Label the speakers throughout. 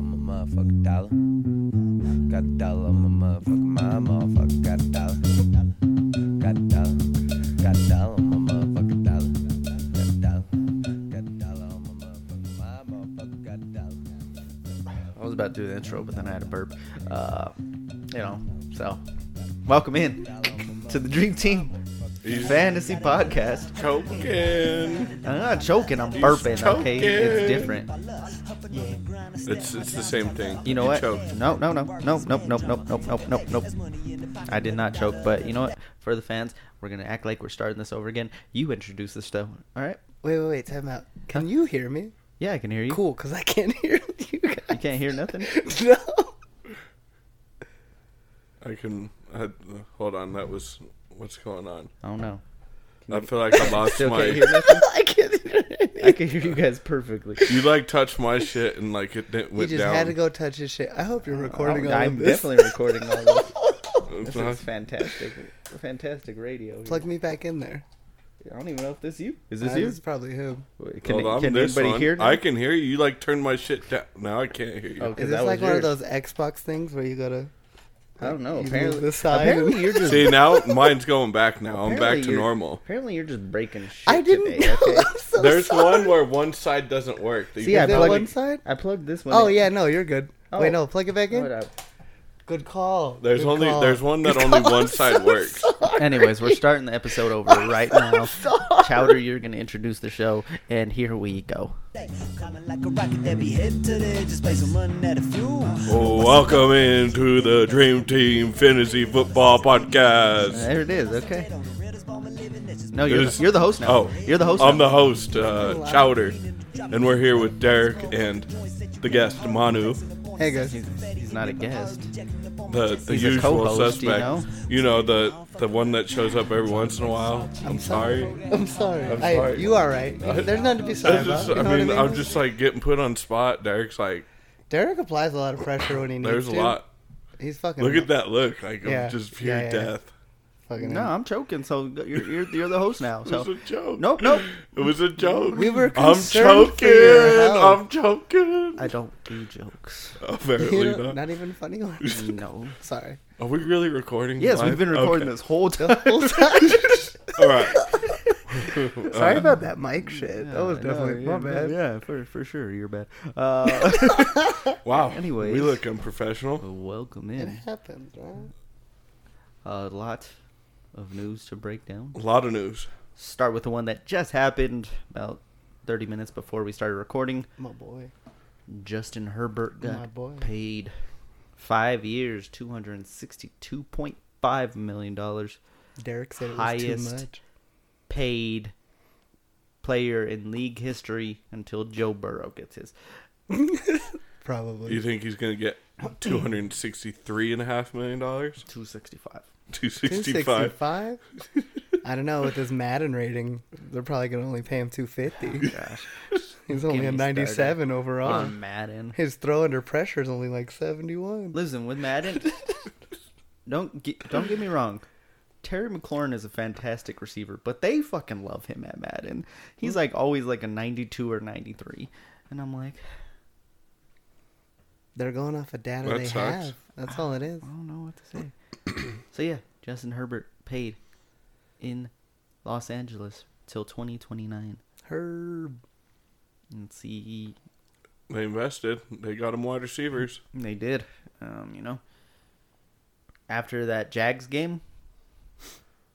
Speaker 1: motherfucking dollar. Got a dollar on my motherfucking mind, motherfucker. Got a dollar. Got a dollar. Got a dollar on my motherfucking dollar. Got a dollar. Got a dollar on my motherfucking mind, motherfucker. Got a dollar.
Speaker 2: I was about to do the intro, but then I had a burp. Uh, you know, so welcome in to the Dream Team Fantasy Podcast.
Speaker 3: Choking.
Speaker 2: I'm not choking, I'm
Speaker 3: He's
Speaker 2: burping. Okay, it's
Speaker 3: choking.
Speaker 2: different.
Speaker 3: It's it's the same thing.
Speaker 2: You know what?
Speaker 3: choked.
Speaker 2: No, no, no, no, nope, nope, nope, nope, nope, nope, nope. I did not choke, but you know what? For the fans, we're gonna act like we're starting this over again. You introduce this though. All right?
Speaker 4: Wait, wait, wait, time out. Can you hear me?
Speaker 2: Yeah, I can hear you.
Speaker 4: Cool, because I can't hear you guys.
Speaker 2: You can't hear nothing.
Speaker 4: no.
Speaker 3: I can. I, uh, hold on. That was what's going on.
Speaker 2: I don't know.
Speaker 3: I feel like I lost
Speaker 2: Still can't
Speaker 3: my.
Speaker 2: hear nothing.
Speaker 4: I can't hear anything.
Speaker 2: I can hear you guys perfectly.
Speaker 3: You like touched my shit and like it didn't
Speaker 4: You
Speaker 3: went
Speaker 4: just
Speaker 3: down.
Speaker 4: had to go touch his shit. I hope you're recording
Speaker 2: Uh, I'm,
Speaker 4: all of
Speaker 2: I'm
Speaker 4: this.
Speaker 2: definitely recording all this.
Speaker 3: It's
Speaker 2: This
Speaker 3: not-
Speaker 2: is fantastic, fantastic radio.
Speaker 4: Plug me back in there.
Speaker 2: I don't even know if this you. Is
Speaker 4: This
Speaker 2: this you?
Speaker 4: is probably him.
Speaker 2: Wait, Can,
Speaker 3: Hold on,
Speaker 2: can
Speaker 3: this
Speaker 2: anybody
Speaker 3: one.
Speaker 2: hear?
Speaker 3: I can hear you. You like turned my shit down. Now I can't hear you.
Speaker 2: Okay. 'Cause
Speaker 4: Is
Speaker 2: that
Speaker 4: this
Speaker 2: was
Speaker 4: like one of
Speaker 2: yours.
Speaker 4: those Xbox things where you gotta?
Speaker 2: I don't know.
Speaker 4: You move
Speaker 2: Apparently,
Speaker 4: this side
Speaker 2: apparently
Speaker 4: and-
Speaker 2: you're just.
Speaker 3: See now, mine's going back. Now I'm
Speaker 2: apparently
Speaker 3: back to
Speaker 2: you're-
Speaker 3: normal.
Speaker 2: Apparently you're just breaking shit
Speaker 4: I didn't.
Speaker 2: today.
Speaker 4: know.
Speaker 2: Okay.
Speaker 4: I'm so
Speaker 3: There's
Speaker 4: sorry.
Speaker 3: one where one side doesn't work. You
Speaker 2: See,
Speaker 3: can
Speaker 2: I
Speaker 4: Is that
Speaker 2: plugged-
Speaker 4: one side?
Speaker 2: I plugged this one.
Speaker 4: Oh
Speaker 2: in.
Speaker 4: yeah, no, you're good.
Speaker 2: Oh.
Speaker 4: Wait, no, plug it back
Speaker 2: Hold
Speaker 4: in.
Speaker 2: up.
Speaker 4: Good call.
Speaker 3: There's
Speaker 4: Good
Speaker 3: only
Speaker 4: call.
Speaker 3: there's one that only one side works.
Speaker 2: Anyways, we're starting the episode over right now. Chowder, you're gonna introduce the show, and here we go.
Speaker 5: Coming like a rocket that be headed to the edge, just pay some money at a fuel.
Speaker 3: Welcome into the Dream Team Fantasy Football Podcast.
Speaker 2: There it is. Okay.
Speaker 5: No,
Speaker 2: No, you're
Speaker 3: Is-
Speaker 2: the, you're the host now.
Speaker 3: Oh,
Speaker 2: you're the host.
Speaker 3: I'm
Speaker 2: now.
Speaker 3: the host, uh, Chowder, and we're here with Derek and the guest Manu,
Speaker 4: Hey guys,
Speaker 2: He's not a guest.
Speaker 3: the, the
Speaker 2: He's a
Speaker 3: usual
Speaker 2: co-host,
Speaker 3: suspect.
Speaker 2: you know?
Speaker 3: You know, the the one that shows up every once in a while. I'm sorry.
Speaker 4: I'm sorry.
Speaker 3: I'm
Speaker 4: Hey,
Speaker 3: sorry.
Speaker 4: you are right. There's nothing to be sorry
Speaker 3: I, just,
Speaker 4: about. You know
Speaker 3: I mean,
Speaker 4: what I mean?
Speaker 3: I'm just like getting put on spot. Derek's like,
Speaker 4: Derek applies a lot of pressure when he needs
Speaker 3: there's a
Speaker 4: to.
Speaker 3: lot.
Speaker 4: He's fucking.
Speaker 3: Look at that look. Like
Speaker 4: Yeah.
Speaker 3: I'm just pure
Speaker 4: Yeah, yeah, yeah.
Speaker 3: death.
Speaker 4: Fucking
Speaker 2: No, I'm choking. So you're you're, you're the host now.
Speaker 3: It was a
Speaker 2: So
Speaker 3: joke.
Speaker 2: nope, nope.
Speaker 3: It was a joke.
Speaker 4: We were
Speaker 3: I'm
Speaker 4: concerned for
Speaker 3: joking.
Speaker 4: your health.
Speaker 3: I'm joking.
Speaker 2: I don't do jokes.
Speaker 4: You
Speaker 3: Apparently
Speaker 4: know,
Speaker 3: not.
Speaker 4: not even funny ones.
Speaker 2: No.
Speaker 4: Sorry.
Speaker 3: Are we really recording?
Speaker 2: Yes,
Speaker 3: live?
Speaker 2: we've been recording
Speaker 3: Okay.
Speaker 2: this whole time.
Speaker 4: Full time.
Speaker 3: All right.
Speaker 4: Sorry about that mic shit. that was
Speaker 2: Yeah, no,
Speaker 4: definitely
Speaker 2: yeah,
Speaker 4: my bad.
Speaker 2: no, yeah, for for sure, you're bad. Uh,
Speaker 3: Wow.
Speaker 2: Anyways.
Speaker 3: we look unprofessional.
Speaker 2: welcome
Speaker 4: It
Speaker 2: in.
Speaker 4: happens, right?
Speaker 2: A lot of news to break down.
Speaker 3: A lot of news.
Speaker 2: Start with the one that just happened about 30 minutes before we started recording.
Speaker 4: My boy.
Speaker 2: Justin Herbert got
Speaker 4: My boy.
Speaker 2: paid five years, 262.5 million dollars,
Speaker 4: Derek said it was too
Speaker 2: Highest.
Speaker 4: much.
Speaker 2: paid player in league history until Joe Burrow gets his.
Speaker 4: Probably.
Speaker 3: You think he's going to get $263.5 million?
Speaker 2: 265.
Speaker 3: 265
Speaker 4: 265? I don't know. With his Madden rating, they're probably going to only pay him 250.
Speaker 2: Gosh,
Speaker 4: He's only
Speaker 2: Get
Speaker 4: a
Speaker 2: me
Speaker 4: 97
Speaker 2: started.
Speaker 4: overall.
Speaker 2: on Madden.
Speaker 4: His throw under pressure is only like 71.
Speaker 2: Listen, with Madden, don't get, don't get me wrong. Terry McLaurin is a fantastic receiver, but they fucking love him at Madden. He's like always like a 92 or 93, and I'm like,
Speaker 4: They're going off of data
Speaker 3: That
Speaker 4: they
Speaker 3: sucks.
Speaker 4: have. That's all it is.
Speaker 2: I don't know what to say. so yeah, Justin Herbert paid in Los Angeles till 2029.
Speaker 4: Herb.
Speaker 2: And E see,
Speaker 3: They invested. They got him wide receivers.
Speaker 2: they did. Um, you know, after that Jags game,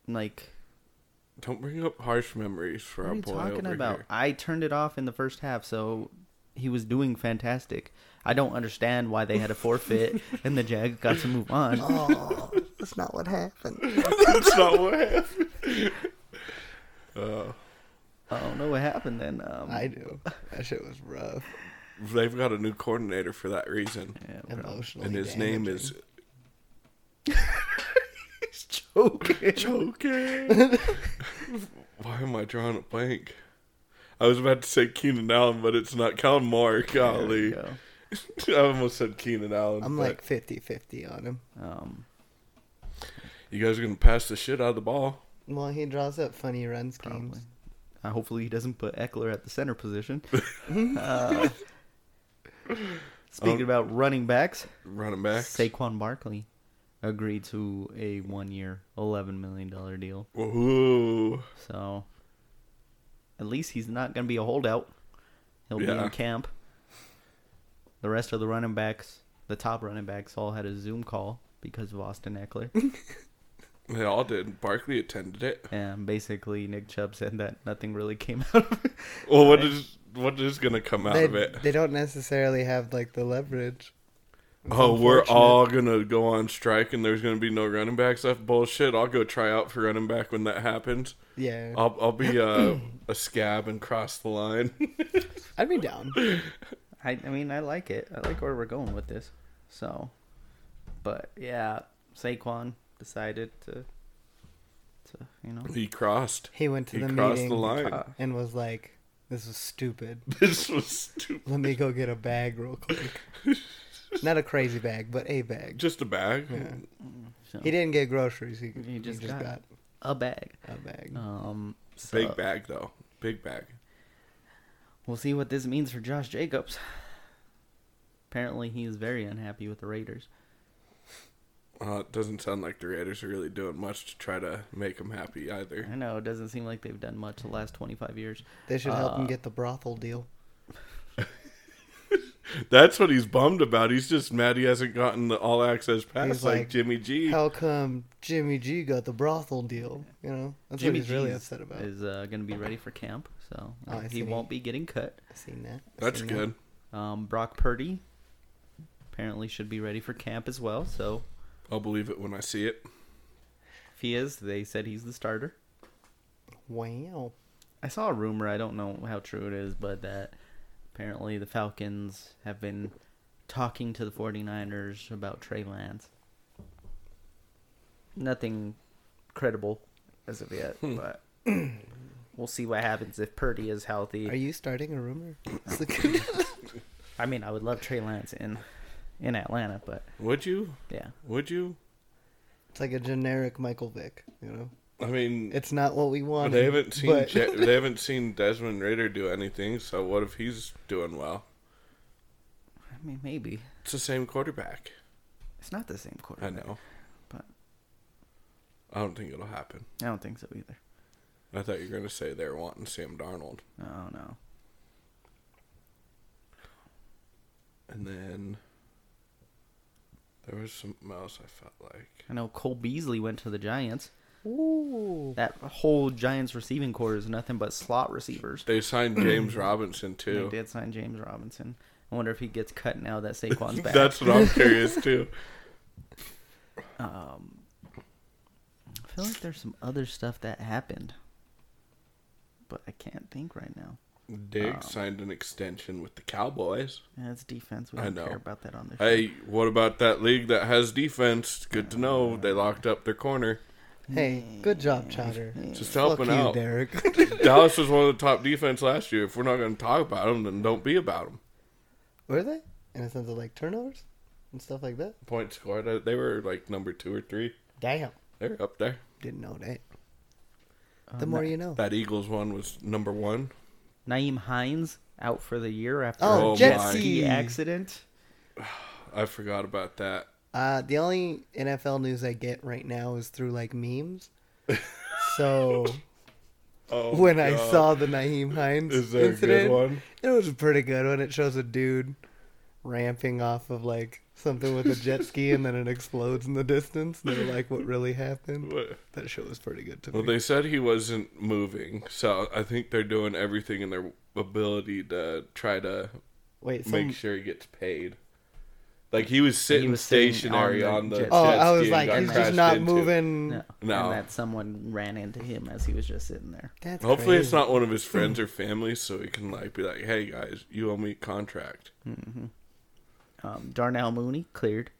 Speaker 2: like
Speaker 3: Don't bring up harsh memories for
Speaker 2: What
Speaker 3: our
Speaker 2: are you
Speaker 3: boy
Speaker 2: talking
Speaker 3: over
Speaker 2: about?
Speaker 3: here.
Speaker 2: I turned it off in the first half, so he was doing fantastic. I don't understand why they had a forfeit and the Jags got to move on.
Speaker 4: Oh, that's not what happened.
Speaker 3: That's not what happened. Uh,
Speaker 2: I don't know what happened then. Um,
Speaker 4: I do. That shit was rough.
Speaker 3: they've got a new coordinator for that reason.
Speaker 2: yeah, bro.
Speaker 4: Emotionally.
Speaker 3: And his name is
Speaker 2: Okay.
Speaker 3: Choking. Why am I drawing a blank? I was about to say Keenan Allen, but it's not Colin Moore.
Speaker 2: There we
Speaker 3: Golly.
Speaker 2: go.
Speaker 3: I almost said Keenan Allen.
Speaker 4: I'm
Speaker 3: but
Speaker 4: like 50 50 on him.
Speaker 2: Um,
Speaker 3: you guys are gonna pass the shit out of the ball.
Speaker 4: Well, he draws up funny run schemes.
Speaker 2: probably. Uh, hopefully he doesn't put Eckler at the center position. Uh,
Speaker 3: Um,
Speaker 2: Speaking about running backs,
Speaker 3: Running back.
Speaker 2: Saquon Barkley agreed to a one-year, eleven million dollar deal.
Speaker 3: Woohoo.
Speaker 2: So at least he's not going to be a holdout. He'll be
Speaker 3: Yeah.
Speaker 2: in camp. The rest of the running backs, the top running backs, all had a Zoom call because of Austin Eckler.
Speaker 3: They all did. Barkley attended it.
Speaker 2: and basically, Nick Chubb said that nothing really came out of it.
Speaker 3: Well, what is what is going to come out
Speaker 4: They,
Speaker 3: of it?
Speaker 4: they don't necessarily have like the leverage.
Speaker 3: Oh, we're
Speaker 4: unfortunate.
Speaker 3: all gonna go on strike, and there's gonna be no running backs. That's bullshit. I'll go try out for running back when that happens.
Speaker 4: Yeah,
Speaker 3: I'll I'll be a, a scab and cross the line.
Speaker 4: I'd be down.
Speaker 2: I, I mean, I like it. I like where we're going with this. So, but yeah, Saquon decided to, to you know,
Speaker 3: he crossed.
Speaker 4: He went to
Speaker 3: He
Speaker 4: the
Speaker 3: crossed
Speaker 4: meeting
Speaker 3: the line.
Speaker 2: Uh,
Speaker 4: and was like, "This was stupid.
Speaker 3: This was stupid.
Speaker 4: Let me go get a bag real quick. Not a crazy bag, but a bag.
Speaker 3: Just a bag.
Speaker 4: Yeah.
Speaker 2: so,
Speaker 4: He didn't get groceries. He,
Speaker 2: He just
Speaker 4: just
Speaker 2: got-
Speaker 4: got,
Speaker 2: a bag.
Speaker 4: a bag.
Speaker 2: Um, so,
Speaker 3: Big bag though. Big bag.
Speaker 2: We'll see what this means for Josh Jacobs. Apparently, he is very unhappy with the Raiders.
Speaker 3: Uh, it doesn't sound like the Raiders are really doing much to try to make him happy either.
Speaker 2: I know it doesn't seem like they've done much the last 25 years.
Speaker 4: They should help
Speaker 2: uh,
Speaker 4: him get the brothel deal.
Speaker 3: That's what he's bummed about. He's just mad he hasn't gotten the all access pass
Speaker 4: He's
Speaker 3: like,
Speaker 4: like,
Speaker 3: Jimmy G.
Speaker 4: How come Jimmy G got the brothel deal? You know, that's what he's really
Speaker 2: G's
Speaker 4: upset about.
Speaker 2: Is uh, going to be ready for camp, so
Speaker 4: Oh, I
Speaker 2: he
Speaker 4: see.
Speaker 2: won't be getting cut.
Speaker 4: I've seen that. I've
Speaker 3: That's
Speaker 4: seen that.
Speaker 3: good.
Speaker 2: Um, Brock Purdy apparently should be ready for camp as well. So
Speaker 3: I'll believe it when I see it.
Speaker 2: if he is, they said he's the starter.
Speaker 4: Wow.
Speaker 2: I saw a rumor. I don't know how true it is, but that apparently the Falcons have been talking to the 49ers about Trey Lance. Nothing credible as of yet, but we'll see what happens if Purdy is
Speaker 4: Are
Speaker 2: healthy.
Speaker 4: you starting a rumor?
Speaker 2: I mean, I would love Trey Lance in in Atlanta, but
Speaker 3: Would you?
Speaker 2: yeah.
Speaker 3: Would you?
Speaker 4: it's like a generic Michael Vick. You know,
Speaker 3: I mean,
Speaker 4: it's not what we
Speaker 3: But
Speaker 4: wanted.
Speaker 3: they haven't seen
Speaker 4: but-
Speaker 3: Ja- they haven't seen Desmond Ritter do anything. So what if he's doing well?
Speaker 2: I mean, maybe
Speaker 3: It's the same quarterback.
Speaker 2: it's not the same
Speaker 3: I
Speaker 2: quarterback.
Speaker 3: know.
Speaker 2: but-
Speaker 3: I don't think it'll happen.
Speaker 2: I don't think so either.
Speaker 3: I thought you were gonna say they're wanting Sam Darnold,
Speaker 2: Oh no.
Speaker 3: and then there was something else I felt like.
Speaker 2: I know Cole Beasley went to the Giants.
Speaker 4: Ooh.
Speaker 2: That whole Giants receiving core is nothing but slot receivers.
Speaker 3: They signed James Robinson
Speaker 2: They
Speaker 3: too.
Speaker 2: did sign James Robinson. I wonder if he gets cut now that Saquon's back.
Speaker 3: That's what I'm curious too.
Speaker 2: um, I feel like there's some other stuff that happened, but I can't think right now.
Speaker 4: Um,
Speaker 3: Diggs signed an extension with the Cowboys.
Speaker 2: That's defense. We
Speaker 3: I
Speaker 2: don't
Speaker 3: know.
Speaker 2: care about that on the show.
Speaker 3: Hey, what about that league that has defense? Good to know they locked up their corner.
Speaker 4: Hey, good job, Chowder.
Speaker 3: Just
Speaker 4: Fuck
Speaker 3: helping
Speaker 4: you,
Speaker 3: out.
Speaker 4: Derek.
Speaker 3: Dallas was one of the top defense last year. If we're not going to talk about them, then don't be about them.
Speaker 4: Were they? In a sense of like turnovers and stuff like that.
Speaker 3: Point scored, uh, they were like number two or three.
Speaker 4: Damn.
Speaker 3: They're up there.
Speaker 4: Didn't know that. The more you know.
Speaker 3: That Eagles one was number one.
Speaker 2: Naeem Hines out for the year after
Speaker 4: Oh,
Speaker 3: Oh
Speaker 2: a
Speaker 4: jet
Speaker 3: my.
Speaker 4: ski
Speaker 2: ski
Speaker 4: accident.
Speaker 2: accident.
Speaker 3: I forgot about that.
Speaker 4: Uh, the only NFL news I get right now is through like memes. So
Speaker 3: Oh,
Speaker 4: when I saw the Naeem Hines
Speaker 3: Is there a good
Speaker 4: incident,
Speaker 3: one?
Speaker 4: it was a pretty good one. It shows a dude ramping off of like something with a jet ski, and then it explodes in the distance. They're like, "What really happened?"
Speaker 3: What?
Speaker 4: That show was pretty good to
Speaker 3: Well,
Speaker 4: me.
Speaker 3: they said he wasn't moving, so I think they're doing everything in their ability to try to
Speaker 4: Wait, some,
Speaker 3: make sure he gets paid. Like he was sitting
Speaker 2: He was sitting
Speaker 3: stationary
Speaker 2: on
Speaker 3: on
Speaker 2: the
Speaker 3: the.
Speaker 2: jet
Speaker 4: oh,
Speaker 3: jet
Speaker 4: I was
Speaker 3: ski and
Speaker 4: like,
Speaker 3: got
Speaker 4: he's just
Speaker 3: crashed
Speaker 4: not
Speaker 3: into.
Speaker 4: moving.
Speaker 2: No.
Speaker 3: No.
Speaker 2: And that someone ran into him as he was just sitting there.
Speaker 4: That's
Speaker 3: Hopefully, it's
Speaker 4: crazy.
Speaker 3: not one of his friends or family, so he can like be like, "Hey guys, you owe me a contract."
Speaker 2: Um, Darnell Mooney cleared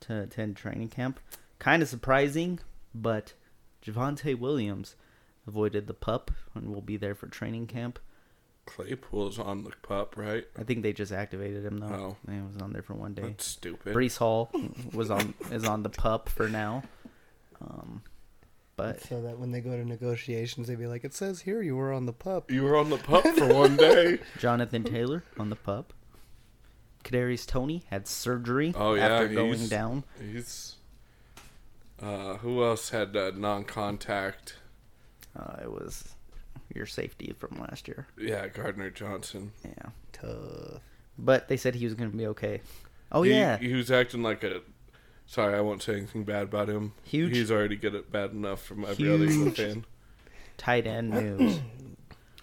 Speaker 2: to attend training camp. Kind of surprising, but Javante Williams avoided the pup and will be there for training camp.
Speaker 3: Claypool's on the pup, right?
Speaker 2: I think they just activated him though.
Speaker 3: Oh.
Speaker 2: He was on there for one day.
Speaker 3: That's stupid.
Speaker 2: Brees Hall was on is on the pup for now. Um, but
Speaker 4: So that when they go to negotiations, they'd be like, "It says here you were on the pup."
Speaker 3: You were on the pup for one day.
Speaker 2: Jonathan Taylor on the pup. Kadarius Tony had surgery
Speaker 3: Oh, yeah,
Speaker 2: after going
Speaker 3: he's-
Speaker 2: down.
Speaker 3: He's. Uh, who else had uh, non-contact?
Speaker 2: Uh, it was your safety from last year.
Speaker 3: Yeah, Gardner Johnson.
Speaker 2: Yeah,
Speaker 4: Tough.
Speaker 2: but they said he was going to be okay. Oh
Speaker 3: He-
Speaker 2: yeah,
Speaker 3: he was acting like a. Sorry, I won't say anything bad about him.
Speaker 2: Huge-
Speaker 3: He's already good at bad enough from every other Eagle
Speaker 2: Huge.
Speaker 3: fan.
Speaker 2: tight end news.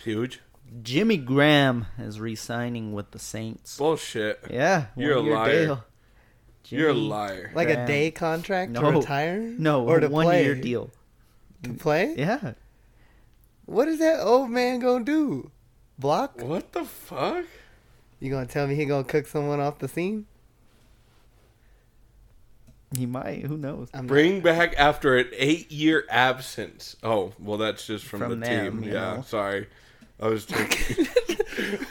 Speaker 3: Huge
Speaker 2: Jimmy Graham is re-signing with the Saints.
Speaker 3: bullshit.
Speaker 2: Yeah,
Speaker 3: You're a
Speaker 2: one-year
Speaker 3: liar. You're a
Speaker 2: Jimmy-
Speaker 3: liar.
Speaker 4: Like
Speaker 2: Damn.
Speaker 4: a day contract
Speaker 2: No.
Speaker 4: to retire?
Speaker 2: No,
Speaker 4: or to
Speaker 2: one
Speaker 4: play?
Speaker 2: year deal.
Speaker 4: To play?
Speaker 2: Yeah,
Speaker 4: What is that old man gonna do? Block?
Speaker 3: What the fuck?
Speaker 4: You gonna tell me he gonna cook someone off the scene?
Speaker 2: he might. Who knows?
Speaker 4: I'm
Speaker 3: Bring back after an eight-year absence. Oh, well, that's just from,
Speaker 2: From
Speaker 3: the
Speaker 2: them,
Speaker 3: team.
Speaker 2: you
Speaker 3: Yeah,
Speaker 2: know.
Speaker 3: sorry. I was thinking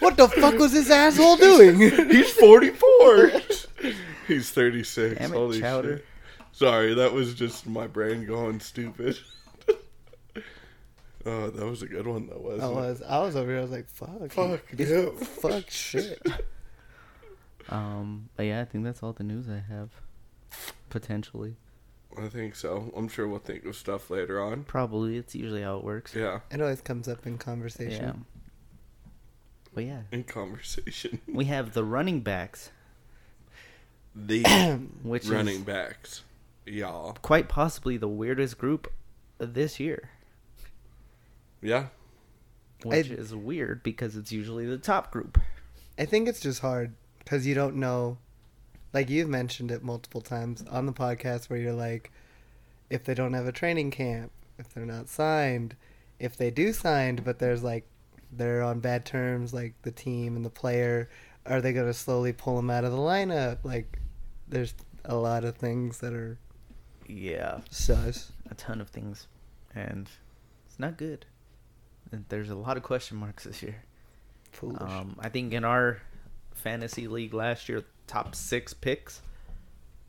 Speaker 4: What the fuck was this asshole doing?
Speaker 3: he's forty-four. he's thirty-six.
Speaker 2: Damn it,
Speaker 3: Holy
Speaker 2: Chowder.
Speaker 3: shit! Sorry, that was just my brain going stupid. oh, that was a good one, though, wasn't
Speaker 4: I
Speaker 3: it?
Speaker 4: was I was over here. I was like, fuck,
Speaker 3: Fuck,
Speaker 4: this-
Speaker 3: yeah.
Speaker 4: fuck, shit.
Speaker 2: Um, but yeah, I think that's all the news I have. Potentially,
Speaker 3: I think so. I'm sure we'll think of stuff later on.
Speaker 2: probably. It's usually how it works.
Speaker 3: Yeah,
Speaker 4: It always comes up in
Speaker 2: Yeah.
Speaker 4: conversation.
Speaker 2: But yeah,
Speaker 3: in conversation.
Speaker 2: we have the running backs,
Speaker 3: The
Speaker 2: which
Speaker 3: running
Speaker 2: is
Speaker 3: backs, y'all.
Speaker 2: quite possibly the weirdest group this year,
Speaker 3: Yeah,
Speaker 2: which
Speaker 4: I-
Speaker 2: is weird because it's usually the top group.
Speaker 4: I think it's just hard because you don't know. Like you've mentioned it multiple times on the podcast, where you're like, if they don't have a training camp, if they're not signed, if they do signed, but there's like they're on bad terms, like the team and the player, are they gonna slowly pull them out of the lineup? Like, there's a lot of things that are
Speaker 2: Yeah,
Speaker 4: sus.
Speaker 2: a ton of things, and it's not good. And There's a lot of question marks this year.
Speaker 4: Foolish.
Speaker 2: Um, I think in our fantasy league last year, top six picks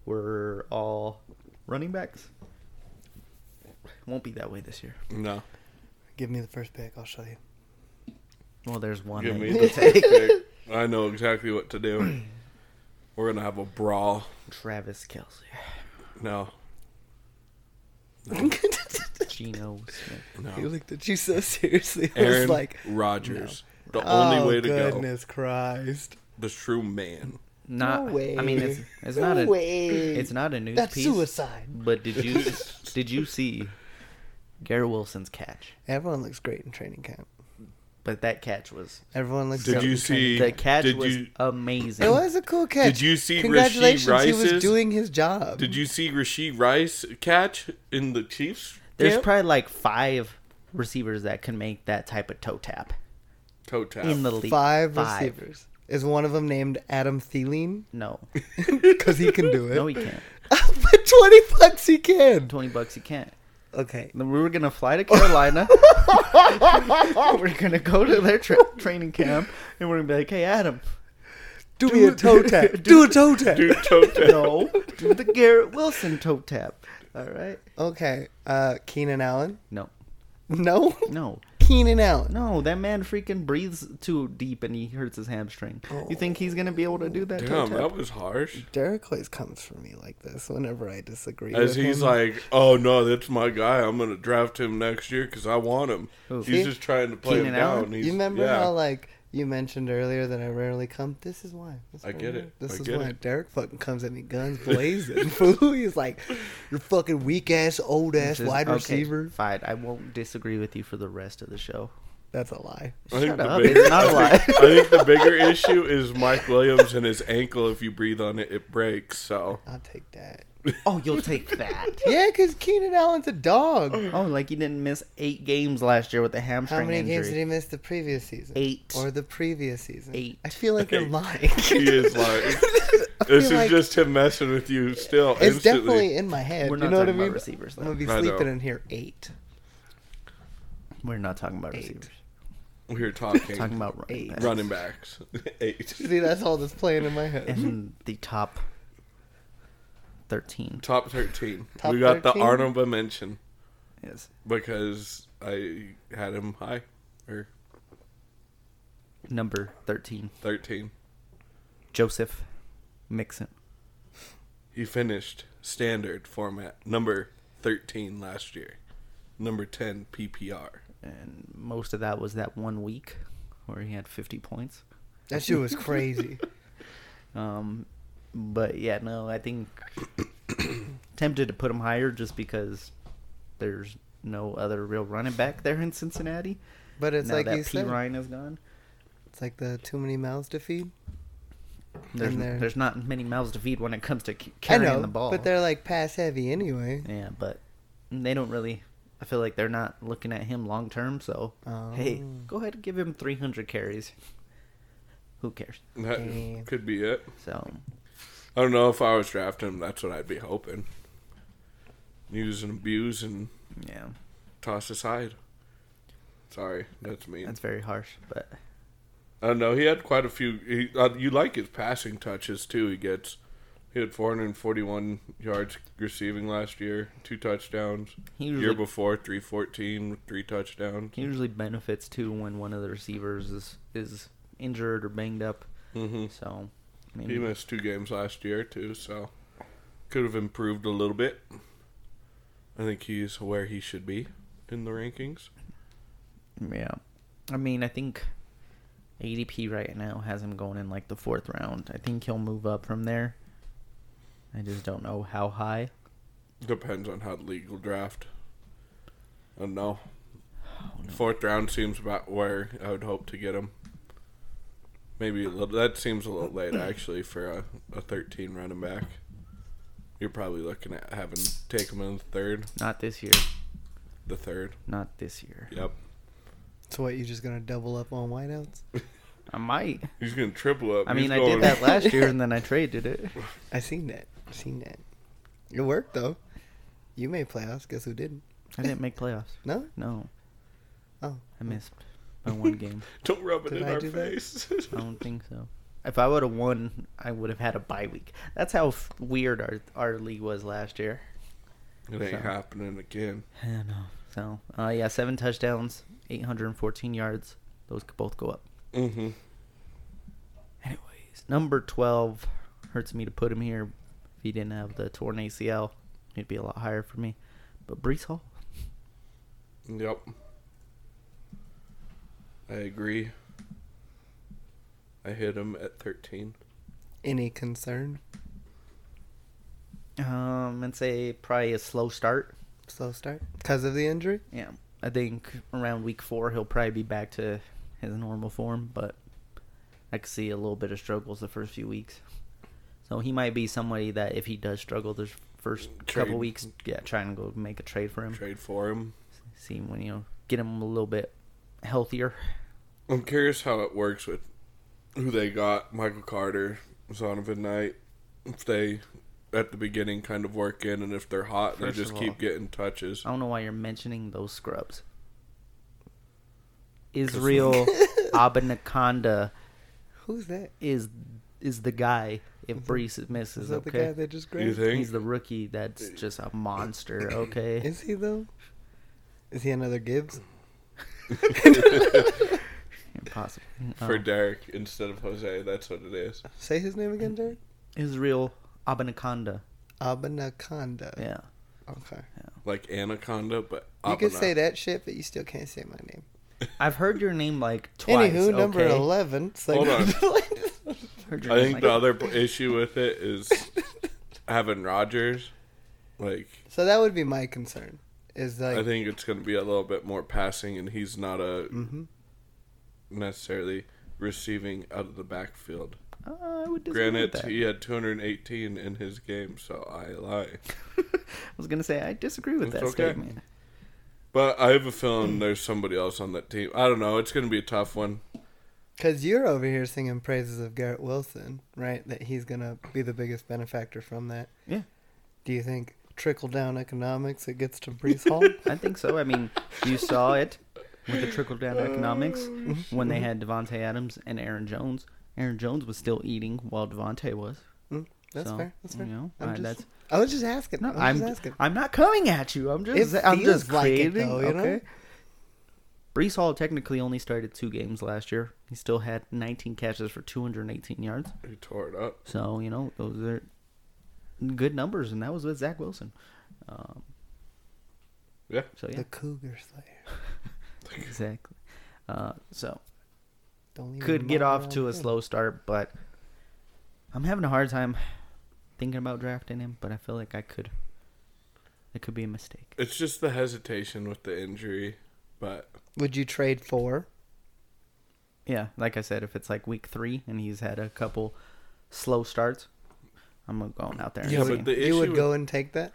Speaker 2: were all running backs. Won't be that way this year.
Speaker 3: no.
Speaker 4: Give me the first pick. I'll show you.
Speaker 2: Well, there's one.
Speaker 3: Give
Speaker 2: that
Speaker 3: me
Speaker 2: you
Speaker 3: the
Speaker 2: can take.
Speaker 3: tactic. I know exactly what to do. We're gonna have a brawl.
Speaker 2: Travis Kelsey,
Speaker 3: No,
Speaker 2: Geno Smith.
Speaker 4: He
Speaker 3: no.
Speaker 4: looked at you so seriously. I
Speaker 3: Aaron
Speaker 4: was like,
Speaker 3: Rodgers, the
Speaker 4: oh,
Speaker 3: only way to go,
Speaker 4: goodness Christ.
Speaker 3: the true man.
Speaker 2: Not.
Speaker 4: way.
Speaker 2: I mean, it's it's
Speaker 4: No
Speaker 2: not a
Speaker 4: way.
Speaker 2: it's not a news
Speaker 4: That's
Speaker 2: piece.
Speaker 4: suicide.
Speaker 2: But did you did you see Garrett Wilson's catch?
Speaker 4: Everyone looks great in training camp.
Speaker 2: But that catch was
Speaker 4: Everyone looks.
Speaker 3: Did
Speaker 4: great
Speaker 3: you
Speaker 4: in training
Speaker 3: see?
Speaker 2: the catch
Speaker 3: did
Speaker 2: was
Speaker 3: you
Speaker 2: amazing.
Speaker 4: camp. It was a cool catch.
Speaker 3: Did you see
Speaker 4: Congratulations,
Speaker 3: Rasheed
Speaker 4: he was
Speaker 3: Rice's-
Speaker 4: doing his job.
Speaker 3: did you see Rasheed Rice catch in the Chiefs?
Speaker 2: There's
Speaker 3: camp?
Speaker 2: probably like five receivers that can make that type of toe tap
Speaker 3: toe tap.
Speaker 2: in the league.
Speaker 4: five, receivers? Is one of them named Adam Thielen?
Speaker 2: No,
Speaker 4: Because he can do it.
Speaker 2: no, he can't.
Speaker 4: For twenty bucks, he can.
Speaker 2: Twenty bucks, he can't.
Speaker 4: Okay.
Speaker 2: Then we were gonna fly to Carolina. we're gonna go to their tra- training camp, and we're gonna be like, "Hey, Adam,
Speaker 4: Do, me a toe tap. Do, a toe tap.
Speaker 3: Dude, toe tap.
Speaker 2: no, do the Garrett Wilson toe tap." All right.
Speaker 4: Okay. Uh, Keenan Allen.
Speaker 2: No,
Speaker 4: No.
Speaker 2: no,
Speaker 4: Keenan Allen.
Speaker 2: no. That man freaking breathes too deep, and he hurts his hamstring. You think he's gonna be able to do that toe
Speaker 3: Damn,
Speaker 2: tap?
Speaker 3: that was harsh.
Speaker 4: Derek always comes for me like this whenever I disagree.
Speaker 3: As
Speaker 4: with
Speaker 3: he's
Speaker 4: him.
Speaker 3: like, "Oh no, that's my guy. I'm gonna draft him next year because I want him."
Speaker 2: Who?
Speaker 3: He's
Speaker 4: See?
Speaker 3: just trying to play
Speaker 2: Keenan
Speaker 3: him
Speaker 2: Allen?
Speaker 3: down. He's,
Speaker 4: You remember
Speaker 3: yeah.
Speaker 4: how like you mentioned earlier that I rarely come? This is why. This is
Speaker 3: I
Speaker 4: why-
Speaker 3: get it.
Speaker 4: This
Speaker 3: I
Speaker 4: is
Speaker 3: get
Speaker 4: why
Speaker 3: it.
Speaker 4: Derek fucking comes at me guns blazing. fool. he's like, you're fucking weak ass, old ass
Speaker 2: This is-
Speaker 4: wide
Speaker 2: okay,
Speaker 4: receiver.
Speaker 2: Fine, I won't disagree with you for the rest of the show.
Speaker 4: That's a lie.
Speaker 3: I think
Speaker 2: Shut
Speaker 3: the
Speaker 2: up,
Speaker 3: bigger-
Speaker 2: it's not a lie.
Speaker 3: I think the bigger issue is Mike Williams and his ankle. If you breathe on it, it breaks. So
Speaker 4: I'll take that.
Speaker 2: Oh, you'll take that.
Speaker 4: Yeah, because Keenan Allen's a dog.
Speaker 2: Oh, like he didn't miss eight games last year with a
Speaker 4: How
Speaker 2: hamstring
Speaker 4: many
Speaker 2: injury.
Speaker 4: games did he miss the previous season?
Speaker 2: Eight.
Speaker 4: Or the previous season?
Speaker 2: Eight.
Speaker 4: I feel like you're
Speaker 3: Eight.
Speaker 4: lying.
Speaker 3: he is like, this is
Speaker 4: like-
Speaker 3: just him messing with you. Still,
Speaker 4: It's
Speaker 3: instantly.
Speaker 4: definitely in my head.
Speaker 2: We're
Speaker 4: you
Speaker 2: not
Speaker 4: know what I
Speaker 2: talking about
Speaker 4: mean?
Speaker 2: receivers,
Speaker 4: I'm gonna be
Speaker 3: though. I know.
Speaker 4: sleeping in here eight.
Speaker 2: We're not talking about
Speaker 4: Eight.
Speaker 2: receivers.
Speaker 3: we are talking,
Speaker 2: Talking about running
Speaker 4: Eight.
Speaker 2: backs.
Speaker 3: running backs. Eight
Speaker 4: See, that's all that's playing in my head.
Speaker 2: And the top thirteen
Speaker 3: top thirteen.
Speaker 4: Top
Speaker 3: we got the
Speaker 4: 13?
Speaker 3: Arnold mention
Speaker 2: is
Speaker 3: because I had him high or
Speaker 2: number thirteen.
Speaker 3: thirteen.
Speaker 2: Joseph Mixon.
Speaker 3: He finished standard format number 13 last year, number 10 PPR.
Speaker 2: And most of that was that one week where he had 50 points.
Speaker 4: That shit was crazy.
Speaker 2: Um, but yeah, no, I think tempted to put him higher just because there's no other real running back there in Cincinnati.
Speaker 4: But it's
Speaker 2: now
Speaker 4: like
Speaker 2: that
Speaker 4: you
Speaker 2: P
Speaker 4: said,
Speaker 2: Ryan is gone,
Speaker 4: it's like the too many mouths to feed.
Speaker 2: there's
Speaker 4: And they're-
Speaker 2: there's not many mouths to feed when it comes to c- carrying
Speaker 4: I know,
Speaker 2: the ball.
Speaker 4: but they're like pass heavy anyway.
Speaker 2: yeah, but they don't really. I feel like they're not looking at him long term. So hey,
Speaker 4: Oh.
Speaker 2: go ahead and give him 300 carries. Who cares?
Speaker 3: That
Speaker 4: Damn.
Speaker 3: could be it.
Speaker 2: So
Speaker 3: I don't know if I was drafting him, that's what I'd be hoping. Use and abuse and
Speaker 2: yeah,
Speaker 3: toss aside. Sorry, that's mean.
Speaker 2: that's very harsh. But
Speaker 3: I don't know. Uh, He had quite a few. He, uh, you like his passing touches too. He gets. He had 441 yards receiving last year, two touchdowns.
Speaker 2: He
Speaker 3: year
Speaker 2: usually-
Speaker 3: before, 314, three touchdowns.
Speaker 2: He usually benefits too when one of the receivers is is injured or banged up. Mm-hmm.
Speaker 3: hmm
Speaker 2: So I mean,
Speaker 3: He missed two games last year too, so could have improved a little bit. I think he's where he should be in the rankings.
Speaker 2: yeah. I mean, I think ADP right now has him going in like the fourth round. I think he'll move up from there. I just don't know how high.
Speaker 3: Depends on how the league will draft. I don't know.
Speaker 2: Oh, no.
Speaker 3: Fourth round seems about where I would hope to get him. Maybe a little. That seems a little late actually for a, a 13 running back. You're probably looking at having take him in the third,
Speaker 2: Not this year.
Speaker 3: the third.
Speaker 2: Not this year.
Speaker 3: Yep,
Speaker 4: So what? You just gonna double up on whiteouts?
Speaker 2: I might.
Speaker 3: he's gonna triple up.
Speaker 2: I
Speaker 3: He's
Speaker 2: mean, I did
Speaker 3: going-
Speaker 2: that last year and then I traded it.
Speaker 4: I seen that. Seen that. It worked though. You made playoffs. Guess who didn't?
Speaker 2: I didn't make playoffs.
Speaker 4: No.
Speaker 2: No,
Speaker 4: Oh,
Speaker 2: I missed by one game.
Speaker 3: Don't rub it
Speaker 4: Did
Speaker 3: in
Speaker 4: I
Speaker 3: our
Speaker 4: do that?
Speaker 3: face.
Speaker 2: I don't think so. If I would have won, I would have had a bye week. That's how f- weird our our league was last year.
Speaker 3: It ain't happening again.
Speaker 2: I don't know. So, uh, yeah, seven touchdowns, 814 yards. Those could both go up.
Speaker 3: Mm-hmm.
Speaker 2: Anyways, number 12 hurts me to put him here. If he didn't have the torn ACL, he'd be a lot higher for me. But Brees Hall,
Speaker 3: Yep. I agree. I hit him at 13.
Speaker 4: any concern?
Speaker 2: um, and say probably a slow start.
Speaker 4: Slow start because of the injury.
Speaker 2: Yeah, I think around week four he'll probably be back to his normal form, but I could see a little bit of struggles the first few weeks. So he might be somebody that if he does struggle the first
Speaker 3: Trade.
Speaker 2: couple weeks, yeah, try and go make a trade for him.
Speaker 3: Trade for him.
Speaker 2: See him when you know get him a little bit healthier.
Speaker 3: I'm curious how it works with who they got Michael Carter, Zonovan Knight. If they, at the beginning, kind of work in, and if they're hot,
Speaker 2: First
Speaker 3: they just
Speaker 2: of
Speaker 3: keep
Speaker 2: all- Oh.
Speaker 3: getting touches.
Speaker 2: I don't know why you're mentioning those scrubs. Israel Abanaconda
Speaker 4: Who's that?
Speaker 2: is is the guy if Brees misses.
Speaker 4: Is that
Speaker 2: okay,
Speaker 4: the guy that just
Speaker 3: You
Speaker 4: grabbed?
Speaker 3: think?
Speaker 2: He's the rookie that's just a monster, okay?
Speaker 4: Is he though? Is he another Gibbs?
Speaker 2: Impossible.
Speaker 3: for
Speaker 2: Um,
Speaker 3: Derek instead of Jose, that's what it is.
Speaker 4: Say his name again, Derek.
Speaker 2: Israel Abanaconda.
Speaker 4: Abanaconda.
Speaker 2: Mm-hmm. Yeah.
Speaker 4: Okay.
Speaker 3: Like Anaconda, but
Speaker 4: You can
Speaker 3: Abana.
Speaker 4: say that shit, but you still can't say my name.
Speaker 2: I've heard your name like twice.
Speaker 4: Anywho, number
Speaker 2: okay?
Speaker 4: eleven. It's like-
Speaker 3: Hold
Speaker 2: Heard your
Speaker 3: I
Speaker 2: name,
Speaker 3: think
Speaker 2: like-
Speaker 3: the other p- issue with it is having Rodgers. Like,
Speaker 4: so that would be my concern. Is like
Speaker 3: I think it's going to be a little bit more passing, and he's not a
Speaker 4: Mhm.
Speaker 3: necessarily receiving out of the backfield.
Speaker 2: Uh, I would disagree with
Speaker 3: Granted,
Speaker 2: that.
Speaker 3: he had 218 in his game, so I lie.
Speaker 2: I was gonna say I disagree with
Speaker 3: It's
Speaker 2: that
Speaker 3: okay.
Speaker 2: statement.
Speaker 3: But I have a feeling there's somebody else on that team. I don't know. It's going to be a tough one.
Speaker 4: Because you're over here singing praises of Garrett Wilson, right? That he's going to be the biggest benefactor from that.
Speaker 2: Yeah.
Speaker 4: Do you think trickle down economics it gets to Brees Hall?
Speaker 2: I think so. I mean, you saw it with the trickle down economics
Speaker 3: Uh,
Speaker 2: when
Speaker 3: mm-hmm.
Speaker 2: they had Devonte Adams and Aaron Jones. Aaron Jones was still eating while Devonte was.
Speaker 4: Mm, that's
Speaker 2: So,
Speaker 4: fair. That's fair.
Speaker 2: You know,
Speaker 4: I'm
Speaker 2: I-
Speaker 4: just,
Speaker 2: that's
Speaker 4: I was just asking.
Speaker 2: no,
Speaker 4: I was
Speaker 2: I'm
Speaker 4: just asking.
Speaker 2: I'm not coming at you. I'm just
Speaker 4: It
Speaker 2: I'm just
Speaker 4: feels like it,
Speaker 2: creating.
Speaker 4: though, you know?
Speaker 2: okay. Brees Hall technically only started two games last year. He still had 19 catches for 218 yards.
Speaker 3: He tore it up.
Speaker 2: So you know those are good numbers, and that was with Zach Wilson. Um,
Speaker 3: Yeah.
Speaker 2: so yeah,
Speaker 4: The Cougar Slayer.
Speaker 2: exactly. Uh, so
Speaker 4: Don't even
Speaker 2: could get
Speaker 4: mow
Speaker 2: off
Speaker 4: around
Speaker 2: to a
Speaker 4: him.
Speaker 2: slow start, but I'm having a hard time thinking about drafting him. But I feel like I could. It could be a mistake.
Speaker 3: It's just the hesitation with the injury, but
Speaker 4: Would you trade for?
Speaker 2: Yeah, like I said, if it's like week three and he's had a couple slow starts, I'm going out there. and
Speaker 3: Yeah,
Speaker 2: seeing.
Speaker 3: but the
Speaker 4: you
Speaker 3: issue
Speaker 4: would go and take that?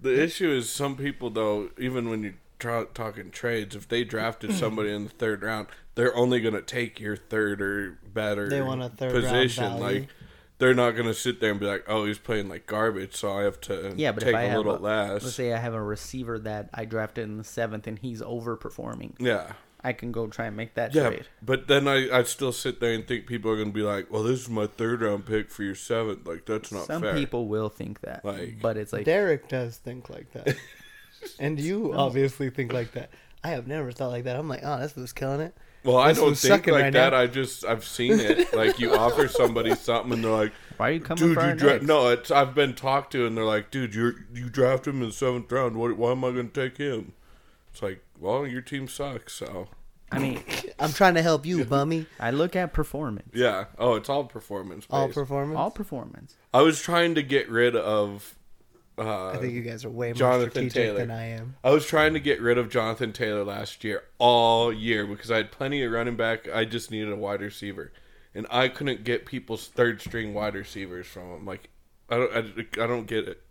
Speaker 3: the issue is some people though, even when you're tra- talking trades, if they drafted
Speaker 2: Mm-hmm.
Speaker 3: somebody in the third round, they're only going to take your third or better.
Speaker 4: They want a third round
Speaker 3: position.
Speaker 4: value.
Speaker 3: like they're not going to sit there and be like, "Oh, he's playing like garbage, so I have to
Speaker 2: Yeah, but
Speaker 3: take
Speaker 2: if I
Speaker 3: a
Speaker 2: have
Speaker 3: little
Speaker 2: a- Let's
Speaker 3: less."
Speaker 2: say I have a receiver that I drafted in the seventh and he's overperforming.
Speaker 3: Yeah.
Speaker 2: I can go try and make that
Speaker 3: Yeah,
Speaker 2: trade.
Speaker 3: but then I, I still sit there and think people are going to be like, well, this is my third round pick for your seventh. Like, that's not
Speaker 2: Some
Speaker 3: fair.
Speaker 2: people will think that,
Speaker 3: Like-
Speaker 2: but it's like
Speaker 4: Derek does think like that. and you obviously think like that. I have never thought like that. I'm like, oh, this was killing it.
Speaker 3: Well, I
Speaker 4: This
Speaker 3: don't
Speaker 4: one's
Speaker 3: think
Speaker 4: sucking
Speaker 3: like
Speaker 4: right
Speaker 3: that.
Speaker 4: now.
Speaker 3: I just I've seen it. Like you offer somebody something, and they're like,
Speaker 2: why are you coming
Speaker 3: "Dude,
Speaker 2: for
Speaker 3: you
Speaker 2: our
Speaker 3: dra-
Speaker 2: next?
Speaker 3: no." It's I've been talked to, and they're like, "Dude, you you draft him in the seventh round. What? Why am I going to take him?" It's like, well, your team sucks. So
Speaker 2: I mean,
Speaker 4: I'm trying to help you, bummy.
Speaker 2: I look at performance,
Speaker 3: yeah. Oh, it's all performance.
Speaker 4: All
Speaker 3: based.
Speaker 4: performance.
Speaker 2: all performance.
Speaker 3: I was trying to get rid of. Uh,
Speaker 4: I think you guys are way more
Speaker 3: Jonathan
Speaker 4: strategic
Speaker 3: Taylor.
Speaker 4: than I am.
Speaker 3: I was trying to get rid of Jonathan Taylor last year all year because I had plenty of running back. I just needed a wide receiver, and I couldn't get people's third string wide receivers from him. Like, I don't, I, I don't get it.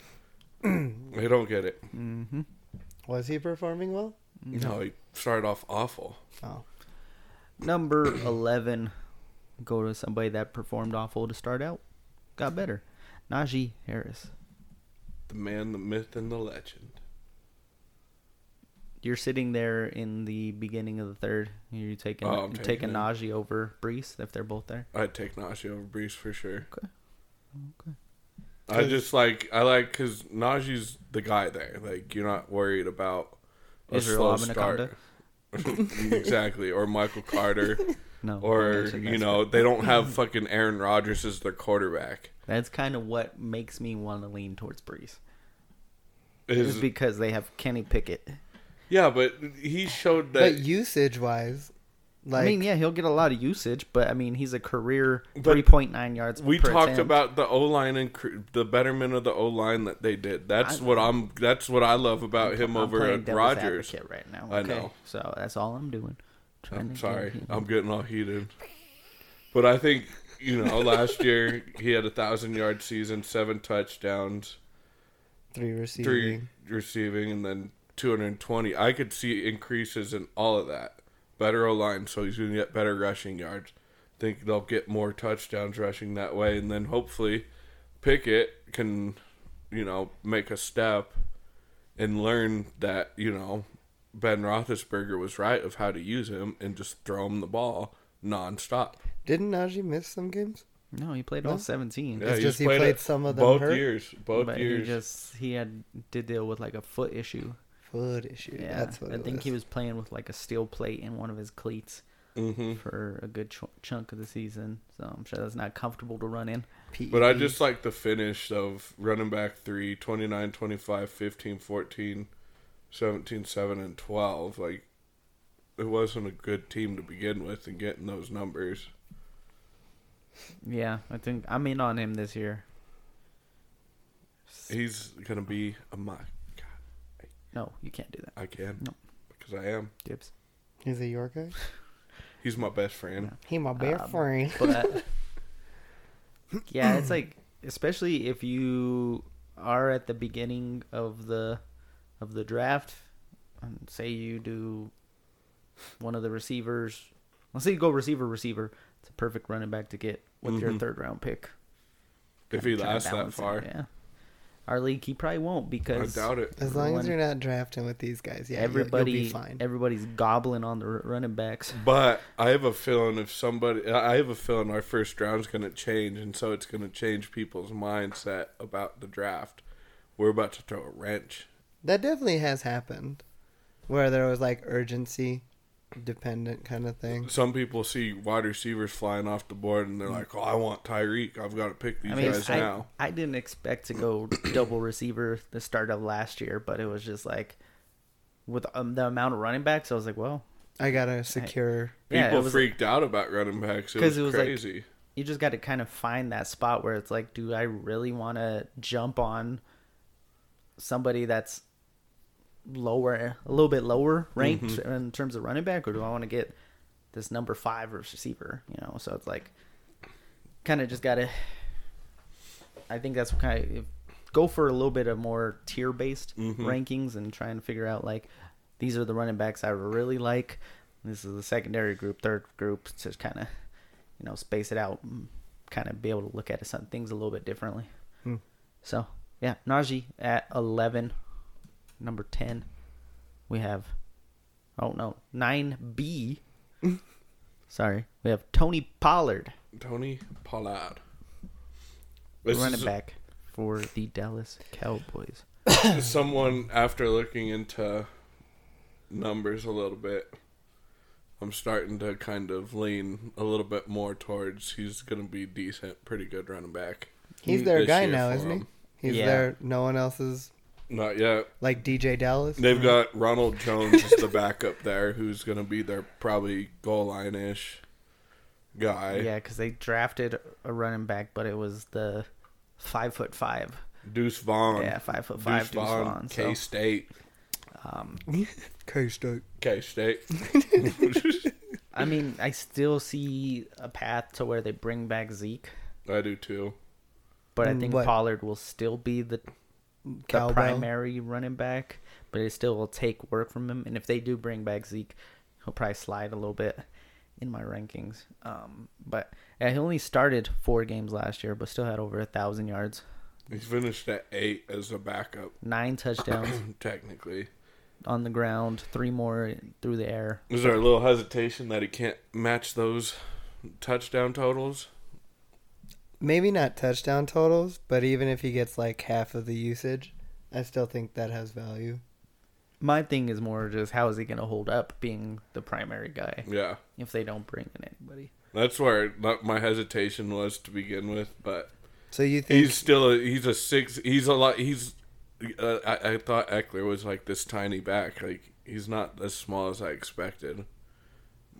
Speaker 3: I don't get it.
Speaker 4: Was he performing well?
Speaker 3: No, he started off awful.
Speaker 4: Oh.
Speaker 2: Number eleven, go to somebody that performed awful to start out, got better. Najee Harris.
Speaker 3: The man, the myth, and the legend.
Speaker 2: You're sitting there in the beginning of the third. You're taking
Speaker 3: Oh, I'm
Speaker 2: you're taking,
Speaker 3: taking him.
Speaker 2: Najee over Brees if they're both there.
Speaker 3: I'd take Najee over Brees for sure.
Speaker 2: Okay. Okay.
Speaker 3: I just like I like because Najee's the guy there. Like you're not worried about a
Speaker 2: Israel
Speaker 3: slow
Speaker 2: Abanaconda?
Speaker 3: start. exactly, or Michael Carter,
Speaker 2: No, don't
Speaker 3: or
Speaker 2: mention
Speaker 3: you
Speaker 2: that.
Speaker 3: know they don't have fucking Aaron Rodgers as their quarterback.
Speaker 2: That's kind of what makes me want to lean towards Brees.
Speaker 3: Is-
Speaker 2: Is because they have Kenny Pickett.
Speaker 3: yeah, but he showed that.
Speaker 4: But usage wise, like
Speaker 2: I mean, yeah, he'll get a lot of usage, but I mean, he's a career
Speaker 3: But
Speaker 2: three point nine yards.
Speaker 3: we
Speaker 2: per
Speaker 3: talked
Speaker 2: attempt.
Speaker 3: about the O line and cr- the betterment of the O line that they did. That's what I'm. That's what I love about him
Speaker 2: I'm
Speaker 3: over
Speaker 2: playing
Speaker 3: at
Speaker 2: devil's
Speaker 3: Rodgers.
Speaker 2: advocate right now.
Speaker 3: I
Speaker 2: Okay?
Speaker 3: know.
Speaker 2: So that's all I'm doing. Trying
Speaker 3: I'm
Speaker 2: to
Speaker 3: sorry.
Speaker 2: get-
Speaker 3: I'm getting all heated. But I think, you know, last year he had a thousand yard season, seven touchdowns,
Speaker 4: three receiving.
Speaker 3: three receiving, and then 220. I could see increases in all of that. Better O line, so he's going to get better rushing yards. Think they'll get more touchdowns rushing that way, and then hopefully Pickett can, you know, make a step and learn that you know Ben Roethlisberger was right of how to use him and just throw him the ball nonstop.
Speaker 4: Didn't Najee miss some games?
Speaker 2: No, he played all seventeen.
Speaker 4: It's
Speaker 3: he's
Speaker 4: just he played
Speaker 3: it
Speaker 4: some of them
Speaker 3: both
Speaker 4: hurt.
Speaker 3: years, both
Speaker 2: but
Speaker 3: years.
Speaker 2: he just he had to deal with like a foot issue.
Speaker 4: Foot issue.
Speaker 2: Yeah,
Speaker 4: That's what
Speaker 2: I
Speaker 4: it
Speaker 2: think
Speaker 4: was.
Speaker 2: he was playing with like a steel plate in one of his cleats
Speaker 4: Mm-hmm.
Speaker 3: hmm
Speaker 2: for a good ch- chunk of the season. So I'm sure that's not comfortable to run in.
Speaker 3: But I
Speaker 2: Mm.
Speaker 4: PEDs.
Speaker 3: just like the finish of running back 3, 29, 25, 15, 14, 17, 7, and 12. Like, it wasn't a good team to begin with and getting those numbers.
Speaker 2: Yeah, I think I'm in on him this year.
Speaker 3: He's going to be a mock. God,
Speaker 2: No, you can't do that.
Speaker 3: I can.
Speaker 2: No.
Speaker 3: Because I am.
Speaker 2: Dibs.
Speaker 4: He's a Yorker.
Speaker 3: He's my best friend.
Speaker 4: He my bear
Speaker 2: Um,
Speaker 4: friend.
Speaker 2: But yeah, it's like especially if you are at the beginning of the of the draft and say you do one of the receivers. Let's say you go receiver receiver. It's a perfect running back to get with your
Speaker 4: Mm-hmm.
Speaker 3: Mhm.
Speaker 2: third round pick.
Speaker 3: If
Speaker 2: Kinda
Speaker 3: he
Speaker 2: trying to
Speaker 3: lasts that
Speaker 2: balance it,
Speaker 3: far,
Speaker 2: Yeah. Our league, he probably won't
Speaker 3: I
Speaker 2: because
Speaker 3: doubt it.
Speaker 4: As long
Speaker 2: Everyone-
Speaker 4: as you're not drafting with these guys, yeah, everybody
Speaker 2: everybody
Speaker 4: you'll, you'll be fine.
Speaker 2: everybody's gobbling on the r- running backs.
Speaker 3: But I have a feeling if somebody, I have a feeling our first round's going to change, and so it's going to change people's mindset about the draft. We're about to throw a wrench.
Speaker 4: that definitely has happened. where there was like urgency dependent kind of thing.
Speaker 3: Some people see wide receivers flying off the board and they're like, "Oh, I want Tyreek. I've got to pick these
Speaker 2: Mm. I mean,
Speaker 3: guys
Speaker 2: I,
Speaker 3: now."
Speaker 2: I didn't expect to go double receiver the start of last year, but it was just like with um, the amount of running backs, I was like, well,
Speaker 4: I gotta secure.
Speaker 2: yeah,
Speaker 3: People
Speaker 2: it was-
Speaker 3: freaked out about running backs. It
Speaker 2: 'Cause
Speaker 3: was,
Speaker 2: it was like-
Speaker 3: crazy.
Speaker 2: you just got to kind of find that spot where it's like, do I really want to jump on somebody that's lower, a little bit lower ranked in terms of running back, or do I want to get this number five receiver? You know, so it's like, kind of just got to. I think that's kind of go for a little bit of more tier based
Speaker 3: Mm-hmm.
Speaker 2: rankings and try and figure out like these are the running backs I really like. This is the secondary group, third group. To kind of you know space it out, and kind of be able to look at some things a little bit differently.
Speaker 3: Hmm.
Speaker 2: So yeah, Najee at eleven, number ten. We have oh no nine B. Sorry, we have Tony Pollard.
Speaker 3: Tony Pollard. This
Speaker 2: running
Speaker 3: is
Speaker 2: back for the Dallas Cowboys.
Speaker 3: someone after looking into numbers a little bit. I'm starting to kind of lean a little bit more towards he's going to be decent, pretty good running back.
Speaker 4: He's their
Speaker 3: This
Speaker 4: guy
Speaker 3: year
Speaker 4: now,
Speaker 3: for
Speaker 4: isn't he?
Speaker 3: him.
Speaker 4: He's
Speaker 2: Yeah.
Speaker 4: there. No one else is
Speaker 3: Not yet.
Speaker 4: like DJ Dallas.
Speaker 3: They've got Ronald Jones as the backup there, who's going to be their probably goal line ish guy.
Speaker 2: Yeah, because they drafted a running back, but it was the five foot five.
Speaker 3: Deuce Vaughn.
Speaker 2: Yeah, five foot five. Deuce Vaughn, so- Um,
Speaker 3: K State.
Speaker 4: K State.
Speaker 3: K State.
Speaker 2: I mean, I still see a path to where they bring back Zeke,
Speaker 3: I do too.
Speaker 2: but I
Speaker 4: And
Speaker 2: think
Speaker 4: what?
Speaker 2: Pollard will still be the, the
Speaker 4: Cowbell.
Speaker 2: primary running back, but it still will take work from him. And if they do bring back Zeke, he'll probably slide a little bit in my rankings. Um, but yeah, he only started four games last year, but still had over a thousand yards,
Speaker 3: He's finished at eight as a backup,
Speaker 2: nine touchdowns
Speaker 3: technically.
Speaker 2: on the ground, three more through the air.
Speaker 3: Is there a little hesitation that he can't match those touchdown totals?
Speaker 4: Maybe not touchdown totals, but even if he gets like half of the usage, I still think that has value.
Speaker 2: My thing is more just how is he going to hold up being the primary guy
Speaker 3: Yeah.
Speaker 2: if they don't bring in anybody.
Speaker 3: That's where not my hesitation was to begin with, but
Speaker 4: So you think
Speaker 3: he's still a, he's a six. He's a lot. He's uh, I, I thought Eckler was like this tiny back. Like he's not as small as I expected.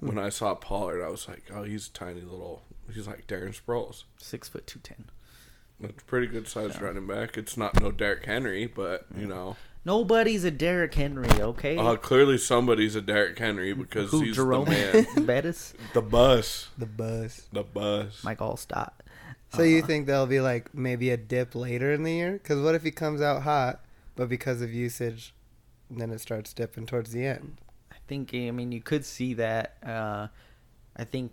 Speaker 3: When I saw Pollard, I was like, oh, he's a tiny little. He's like Darren Sproles.
Speaker 2: Six foot two ten.
Speaker 3: That's a pretty good sized running back. It's not no Derrick Henry, but you know,
Speaker 2: Nobody's a Derrick Henry, okay?
Speaker 3: uh, clearly somebody's a Derrick Henry because
Speaker 2: Who
Speaker 3: he's
Speaker 2: Jerome
Speaker 3: the man.
Speaker 2: Bettis,
Speaker 3: The bus.
Speaker 4: the buzz?
Speaker 3: The bus.
Speaker 2: Mike Allstott.
Speaker 4: So you
Speaker 3: Uh-huh.
Speaker 4: think there'll be like maybe a dip later in the year? Because what if he comes out hot, but because of usage, then it starts dipping towards the end?
Speaker 2: I think I mean you could see that. Uh, I think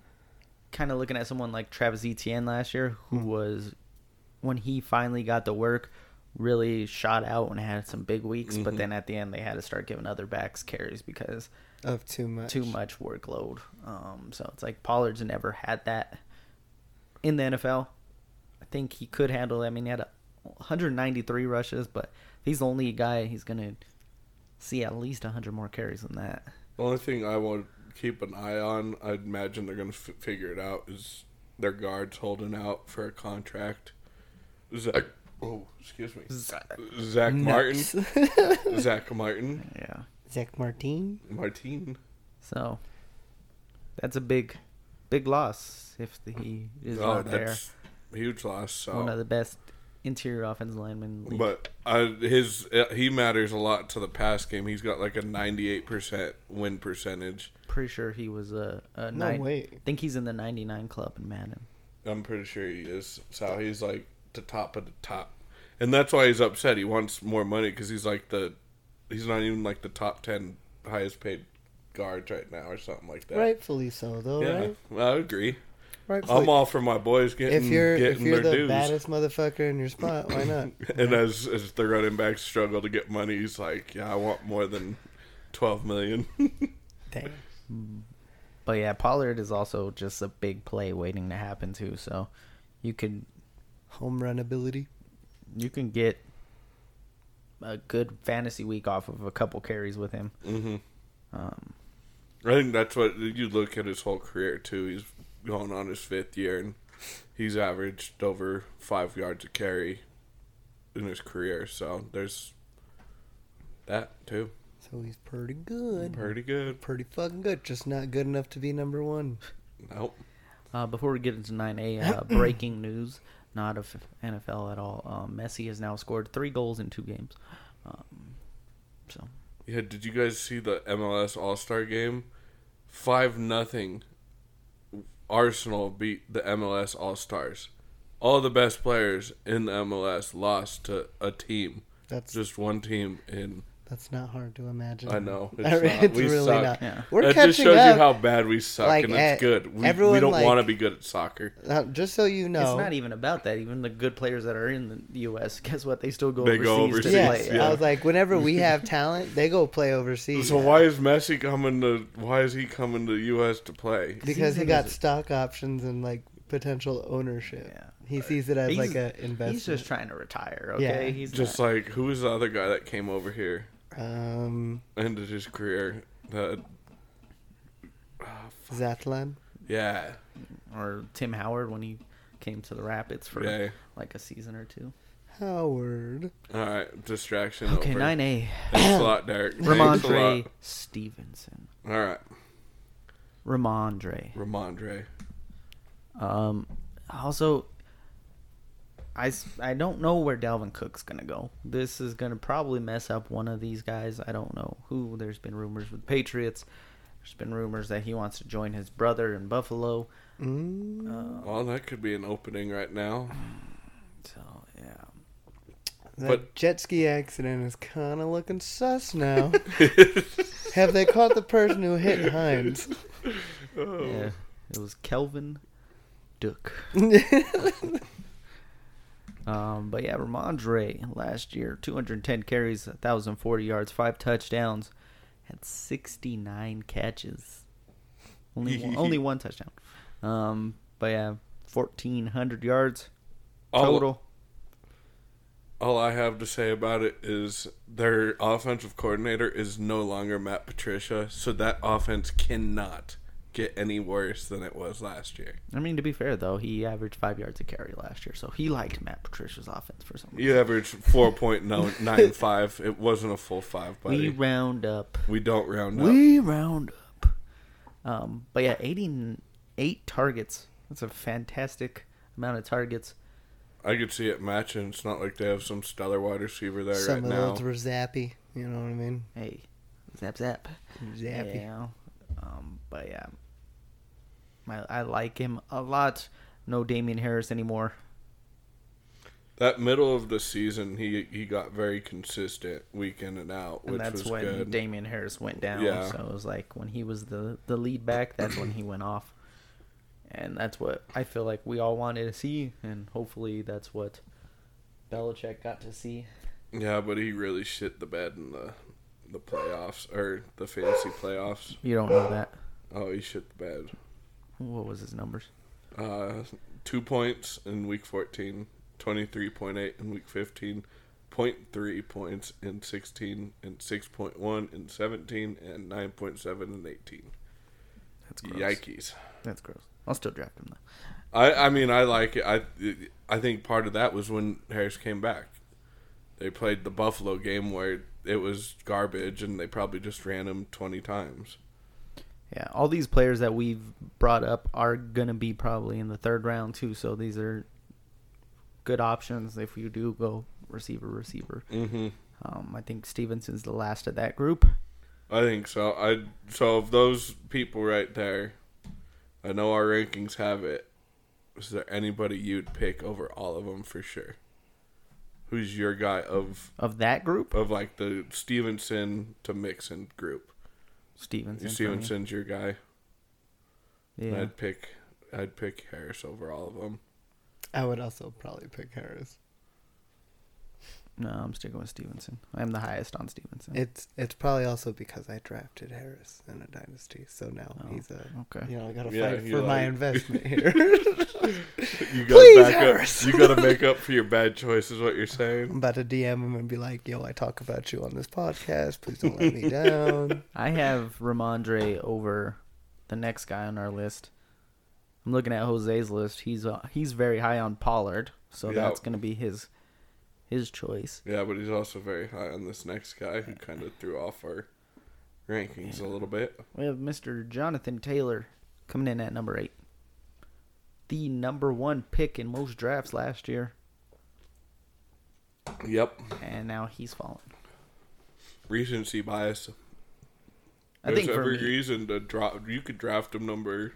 Speaker 2: kind of looking at someone like Travis Etienne last year, who
Speaker 3: Hmm.
Speaker 2: was when he finally got the work, really shot out and had some big weeks.
Speaker 3: Mm-hmm.
Speaker 2: But then at the end, they had to start giving other backs carries because
Speaker 4: Of too much.
Speaker 2: too much workload. Um, so it's like Pollard's never had that in the NFL. I think he could handle. That. I mean, he had a 193 rushes, but he's the only guy he's gonna see at least 100 more carries than that.
Speaker 3: The only thing I want to keep an eye on, I imagine they're going to f- figure it out, is their guards holding out for a contract. Zach, oh, excuse me. Zach, Martin. Zach Martin.
Speaker 2: Yeah.
Speaker 4: Zach Martin.
Speaker 3: Martin.
Speaker 2: So that's a big, big loss if the, he is
Speaker 3: Oh,
Speaker 2: not there.
Speaker 3: that's oh. a huge loss. So.
Speaker 2: One of the best interior offensive linemen. in the league.
Speaker 3: But uh, his uh, he matters a lot to the pass game. He's got like a ninety eight percent win percentage.
Speaker 2: pretty sure he was a, a
Speaker 4: No
Speaker 2: nine.
Speaker 4: way.
Speaker 2: I think he's in the 99 club in Madden.
Speaker 3: I'm pretty sure he is. So he's like the top of the top, and that's why he's upset. He wants more money because he's like the he's not even like the top ten highest paid guards right now or something like that.
Speaker 4: Rightfully so, though,
Speaker 3: Yeah,
Speaker 4: right?
Speaker 3: I agree.
Speaker 4: Rightfully.
Speaker 3: I'm all for my boys getting
Speaker 4: if you're if
Speaker 3: getting
Speaker 4: you're the
Speaker 3: their dues.
Speaker 4: baddest motherfucker in your spot, why not?
Speaker 3: And as as the running backs struggle to get money, he's like, yeah, I want more than twelve million.
Speaker 4: Dang.
Speaker 2: But yeah, Pollard is also just a big play waiting to happen too. So you could
Speaker 4: Home run ability.
Speaker 2: you can get a good fantasy week off of a couple carries with him.
Speaker 3: I think that's what you look at his whole career too. He's going on his fifth year, and he's averaged over five yards a carry in his career. So there's that too.
Speaker 4: So he's pretty good.
Speaker 3: Pretty good.
Speaker 4: Pretty fucking good. Just not good enough to be number one.
Speaker 3: Nope.
Speaker 2: Uh, before we get into 9A, uh, breaking news, not of NFL at all. Um, Messi has now scored three goals in two games. Um, so,
Speaker 3: Yeah. Did you guys see the MLS All Star game? Five nothing. Arsenal beat the MLS All Stars. All the best players in the MLS lost to a team.
Speaker 4: That's
Speaker 3: Just one team in.
Speaker 4: that's not hard to imagine.
Speaker 3: I know. It's,
Speaker 4: I mean,
Speaker 3: not.
Speaker 4: it's
Speaker 3: we
Speaker 4: really
Speaker 3: suck.
Speaker 4: not.
Speaker 2: Yeah.
Speaker 4: We're
Speaker 3: that
Speaker 4: catching
Speaker 3: just shows
Speaker 4: up.
Speaker 3: you how bad we suck,
Speaker 4: Like,
Speaker 3: and it's
Speaker 4: eh,
Speaker 3: good. We, we
Speaker 4: everyone,
Speaker 3: don't
Speaker 4: like-
Speaker 3: want to be good at soccer.
Speaker 4: Now, Uh, just so you know,
Speaker 2: it's not even about that. Even the good players that are in the U.S., guess what? They still go
Speaker 3: They
Speaker 2: overseas,
Speaker 3: go
Speaker 2: to
Speaker 3: overseas,
Speaker 2: play.
Speaker 4: yeah.
Speaker 3: yeah.
Speaker 4: I was like, whenever we have talent, they go play overseas.
Speaker 3: So why is Messi coming to? Why is he coming to U.S. to play?
Speaker 4: Because he
Speaker 2: Season
Speaker 4: got
Speaker 2: is-
Speaker 4: stock options and like potential ownership.
Speaker 2: Yeah.
Speaker 4: He sees it as
Speaker 2: He's-
Speaker 4: like a investment.
Speaker 2: He's just trying to retire,
Speaker 4: Yeah.
Speaker 2: okay? He's
Speaker 3: Just
Speaker 2: not-
Speaker 3: like who was the other guy that came over here,
Speaker 4: um,
Speaker 3: ended his career? The,
Speaker 4: Zatlan.
Speaker 3: yeah,
Speaker 2: or Tim Howard when he came to the Rapids for
Speaker 3: Yeah.
Speaker 2: like a season or two.
Speaker 4: Howard.
Speaker 3: all right, distraction.
Speaker 2: Okay,
Speaker 3: over.
Speaker 2: 9A.
Speaker 3: Thanks a lot, Derek. Thanks a
Speaker 2: Ramondre
Speaker 3: lot.
Speaker 2: Stevenson.
Speaker 3: All right,
Speaker 2: Ramondre.
Speaker 3: Ramondre.
Speaker 2: Um, also, I, s- I don't know where Dalvin Cook's going to go. This is going to probably mess up one of these guys. I don't know who. There's been rumors with Patriots. There's been rumors that he wants to join his brother in Buffalo.
Speaker 4: Mm.
Speaker 3: Uh,
Speaker 2: Uh,
Speaker 3: Well, that could be an opening right now.
Speaker 2: So, yeah.
Speaker 4: That
Speaker 3: But-
Speaker 4: jet ski accident is kind of looking sus now. Have they caught the person who hit Hines?
Speaker 3: Oh.
Speaker 2: Yeah. It was Kelvin Duke. Um, but yeah, Ramondre last year, 210 carries, 1,040 yards, five touchdowns, had 69 catches. Only one, only one touchdown. Um, but yeah, 1,400 yards
Speaker 3: All-
Speaker 2: total.
Speaker 3: All I have to say about it is their offensive coordinator is no longer Matt Patricia, so that offense cannot get any worse than it was last year.
Speaker 2: I mean, to be fair, though, he averaged five yards a carry last year, so he liked Matt Patricia's offense for some reason.
Speaker 3: You averaged 4.95. it wasn't a full five,
Speaker 2: we
Speaker 3: buddy. We,
Speaker 2: round up.
Speaker 3: don't round up.
Speaker 2: We round up. Um, but yeah, 88 targets. That's a fantastic amount of targets.
Speaker 3: I could see it matching. It's not like they have some stellar wide receiver there right
Speaker 4: Some of
Speaker 3: now.
Speaker 4: those were zappy. You know what I mean?
Speaker 2: Hey, zap zap.
Speaker 4: Zappy.
Speaker 2: Yeah. Um, but yeah, I, I like him a lot. No Damian Harris anymore.
Speaker 3: that middle of the season, he he got very consistent week in and out,
Speaker 2: And
Speaker 3: which
Speaker 2: that's
Speaker 3: was
Speaker 2: when
Speaker 3: good.
Speaker 2: Damian Harris went down.
Speaker 3: Yeah.
Speaker 2: So it was like when he was the, the lead back, that's when he went off. And that's what I feel like we all wanted to see. And hopefully that's what Belichick got to see.
Speaker 3: yeah, but he really shit the bed in the the playoffs or the fantasy playoffs.
Speaker 2: You don't know that.
Speaker 3: Oh, he shit the bed.
Speaker 2: What was his numbers?
Speaker 3: Uh, two points in week 14, 23.8 in week 15, 0.3 points in 16, and 6.1 in 17, and 9.7 in 18.
Speaker 2: That's
Speaker 3: Yikes.
Speaker 2: That's gross. I'll still draft him though.
Speaker 3: I, I mean, I like it. I, I think part of that was when Harris came back. They played the Buffalo game where it was garbage and they probably just ran him 20 times.
Speaker 2: Yeah, all these players that we've brought up are gonna be probably in the third round too. So these are good options if you do go receiver receiver.
Speaker 3: Mm-hmm.
Speaker 2: Um, I think Stevenson's the last of that group.
Speaker 3: I think so. I so of those people right there, I know our rankings have it. Is there anybody you'd pick over all of them for sure? Who's your guy of
Speaker 2: Of that group,
Speaker 3: of like the Stevenson to Mixon group?
Speaker 2: Stevenson. for me.
Speaker 3: Stevenson's your guy.
Speaker 2: Yeah.
Speaker 3: I'd pick I'd pick Harris over all of them.
Speaker 4: I would also probably pick Harris.
Speaker 2: No, I'm sticking with Stevenson. I'm the highest on Stevenson.
Speaker 4: It's it's probably also because I drafted Harris in a dynasty, so now
Speaker 2: Oh,
Speaker 4: he's a
Speaker 2: okay.
Speaker 4: you know I got to
Speaker 3: Yeah,
Speaker 4: fight
Speaker 3: you
Speaker 4: for my
Speaker 3: like-
Speaker 4: investment here.
Speaker 3: You
Speaker 4: Please,
Speaker 3: got
Speaker 4: Harris.
Speaker 3: up. You got to make up for your bad choice, is what you're
Speaker 4: I'm
Speaker 3: saying.
Speaker 4: about to DM him and be like, "Yo, I talk about you on this podcast. Please don't let me down."
Speaker 2: I have Ramondre over the next guy on our list. I'm looking at Jose's list. He's uh, he's very high on Pollard, so
Speaker 3: Yeah.
Speaker 2: that's going to be his his choice.
Speaker 3: Yeah, but he's also very high on this next guy who kind of threw off our rankings a little bit.
Speaker 2: We have Mr. Jonathan Taylor coming in at number 8. The number 1 pick in most drafts last year,
Speaker 3: Yep,
Speaker 2: and now he's fallen.
Speaker 3: recency bias.
Speaker 2: I
Speaker 3: There's
Speaker 2: think for
Speaker 3: every
Speaker 2: me,
Speaker 3: reason to drop. You could draft him number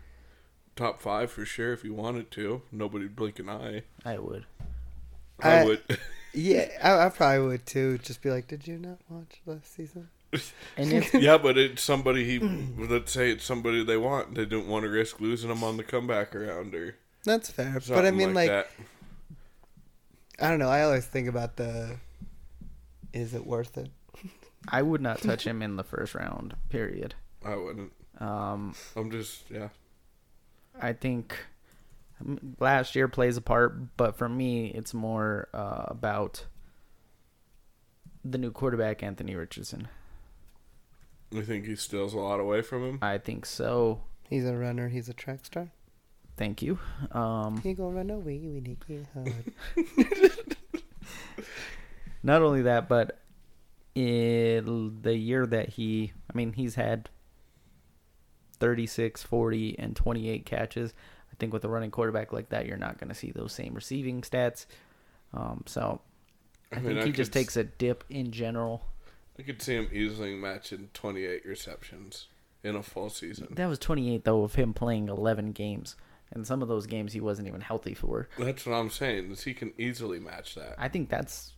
Speaker 3: top five for sure if you wanted to. Nobody'd blink an eye.
Speaker 2: I would.
Speaker 3: I,
Speaker 4: I-
Speaker 3: would.
Speaker 4: Yeah, I, I probably would too. Just be like, "Did you not watch last season?"
Speaker 2: And if
Speaker 3: yeah, but it's somebody he. let's say it's somebody they want. They didn't want to risk losing him on the comeback round or
Speaker 4: That's fair,
Speaker 3: something
Speaker 4: but I mean,
Speaker 3: like,
Speaker 4: like,
Speaker 3: that.
Speaker 4: I don't know. I always think about the, is it worth it?
Speaker 2: I would not touch him in the first round, period.
Speaker 3: I wouldn't.
Speaker 2: Um,
Speaker 3: I'm just yeah.
Speaker 2: I think um, last year plays a part, but for me, it's more uh, about the new quarterback, Anthony Richardson.
Speaker 3: You think he steals a lot away from him?
Speaker 2: I think so.
Speaker 4: He's a runner. He's a track star.
Speaker 2: Thank you. Um,
Speaker 4: He gonna run away when he get hard.
Speaker 2: not only that, but it, the year that he, I mean, he's had 36, 40, and 28 catches. I think with a running quarterback like that, you're not going to see those same receiving stats. Um, so I,
Speaker 3: mean,
Speaker 2: think
Speaker 3: I
Speaker 2: he just
Speaker 3: could-
Speaker 2: takes a dip in general.
Speaker 3: I could see him easily matching 28 receptions in a full season.
Speaker 2: That was 28 though of him playing 11 games, and some of those games he wasn't even healthy for.
Speaker 3: That's what I'm saying. Is he can easily match that.
Speaker 2: I think that's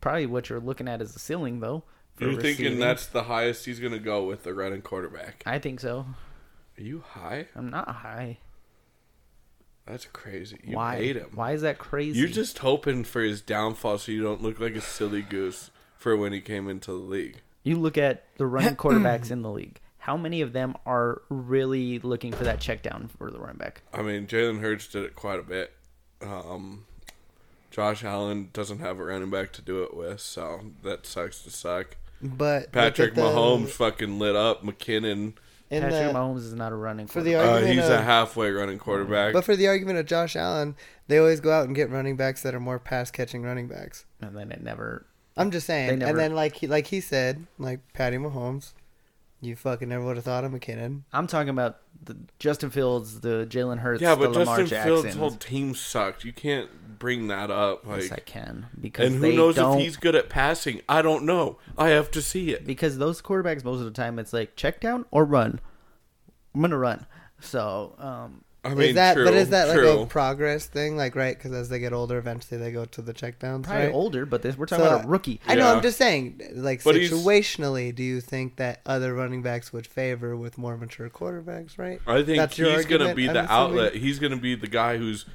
Speaker 2: probably what you're looking at as the ceiling though. for
Speaker 3: You're thinking
Speaker 2: receiving.
Speaker 3: that's the highest he's gonna go with the running quarterback.
Speaker 2: I think so.
Speaker 3: Are you high?
Speaker 2: I'm not high.
Speaker 3: That's crazy. You
Speaker 2: Why?
Speaker 3: hate him.
Speaker 2: Why is that crazy?
Speaker 3: You're just hoping for his downfall so you don't look like a silly goose for when he came into the league.
Speaker 2: You look at the running quarterbacks in the league. How many of them are really looking for that check down for the running back?
Speaker 3: I mean, Jalen Hurts did it quite a bit. Um, Josh Allen doesn't have a running back to do it with, so that sucks to suck.
Speaker 4: But look
Speaker 3: Patrick
Speaker 4: at the-
Speaker 2: um,
Speaker 3: Mahomes fucking lit up McKinnon.
Speaker 4: in
Speaker 2: Patrick
Speaker 4: the-
Speaker 2: Mahomes is not a running
Speaker 4: for the
Speaker 2: quarterback.
Speaker 3: Uh,
Speaker 4: argument
Speaker 3: he's
Speaker 4: of,
Speaker 3: a halfway running quarterback.
Speaker 4: but for the argument of Josh Allen, they always go out and get running backs that are more pass catching running backs.
Speaker 2: and then it never.
Speaker 4: I'm just
Speaker 2: They
Speaker 4: saying.
Speaker 2: never-
Speaker 4: And then like he like he said, like Patty Mahomes, you fucking never would have thought of McKinnon.
Speaker 2: I'm talking about the Justin Fields, the Jalen Hurts,
Speaker 3: yeah,
Speaker 2: the
Speaker 3: but
Speaker 2: Lamar
Speaker 3: Justin
Speaker 2: Jacksons.
Speaker 3: Fields' whole team sucked. You can't bring that up.
Speaker 2: yes, I
Speaker 3: Like,
Speaker 2: can because
Speaker 3: and who
Speaker 2: they
Speaker 3: knows
Speaker 2: don't
Speaker 3: if he's good at passing? I don't know. I have to see it.
Speaker 2: because those quarterbacks most of the time it's like check down or run. I'm gonna run. So um,
Speaker 3: I mean,
Speaker 4: is that
Speaker 3: true,
Speaker 4: but is that
Speaker 3: true.
Speaker 4: like a progress thing? Like right because as they get older, eventually they go to the checkdowns.
Speaker 2: probably
Speaker 4: right?
Speaker 2: older, but this we're talking
Speaker 4: So,
Speaker 2: about a rookie.
Speaker 4: I know.
Speaker 3: Yeah.
Speaker 4: I'm just saying, like
Speaker 3: But he's-
Speaker 4: situationally, do you think that other running backs would favor with more mature quarterbacks? Right.
Speaker 3: I think
Speaker 4: That's your
Speaker 3: he's going to
Speaker 4: argument,
Speaker 3: be
Speaker 4: I'm
Speaker 3: the
Speaker 4: assuming?
Speaker 3: outlet. He's going to be the guy who's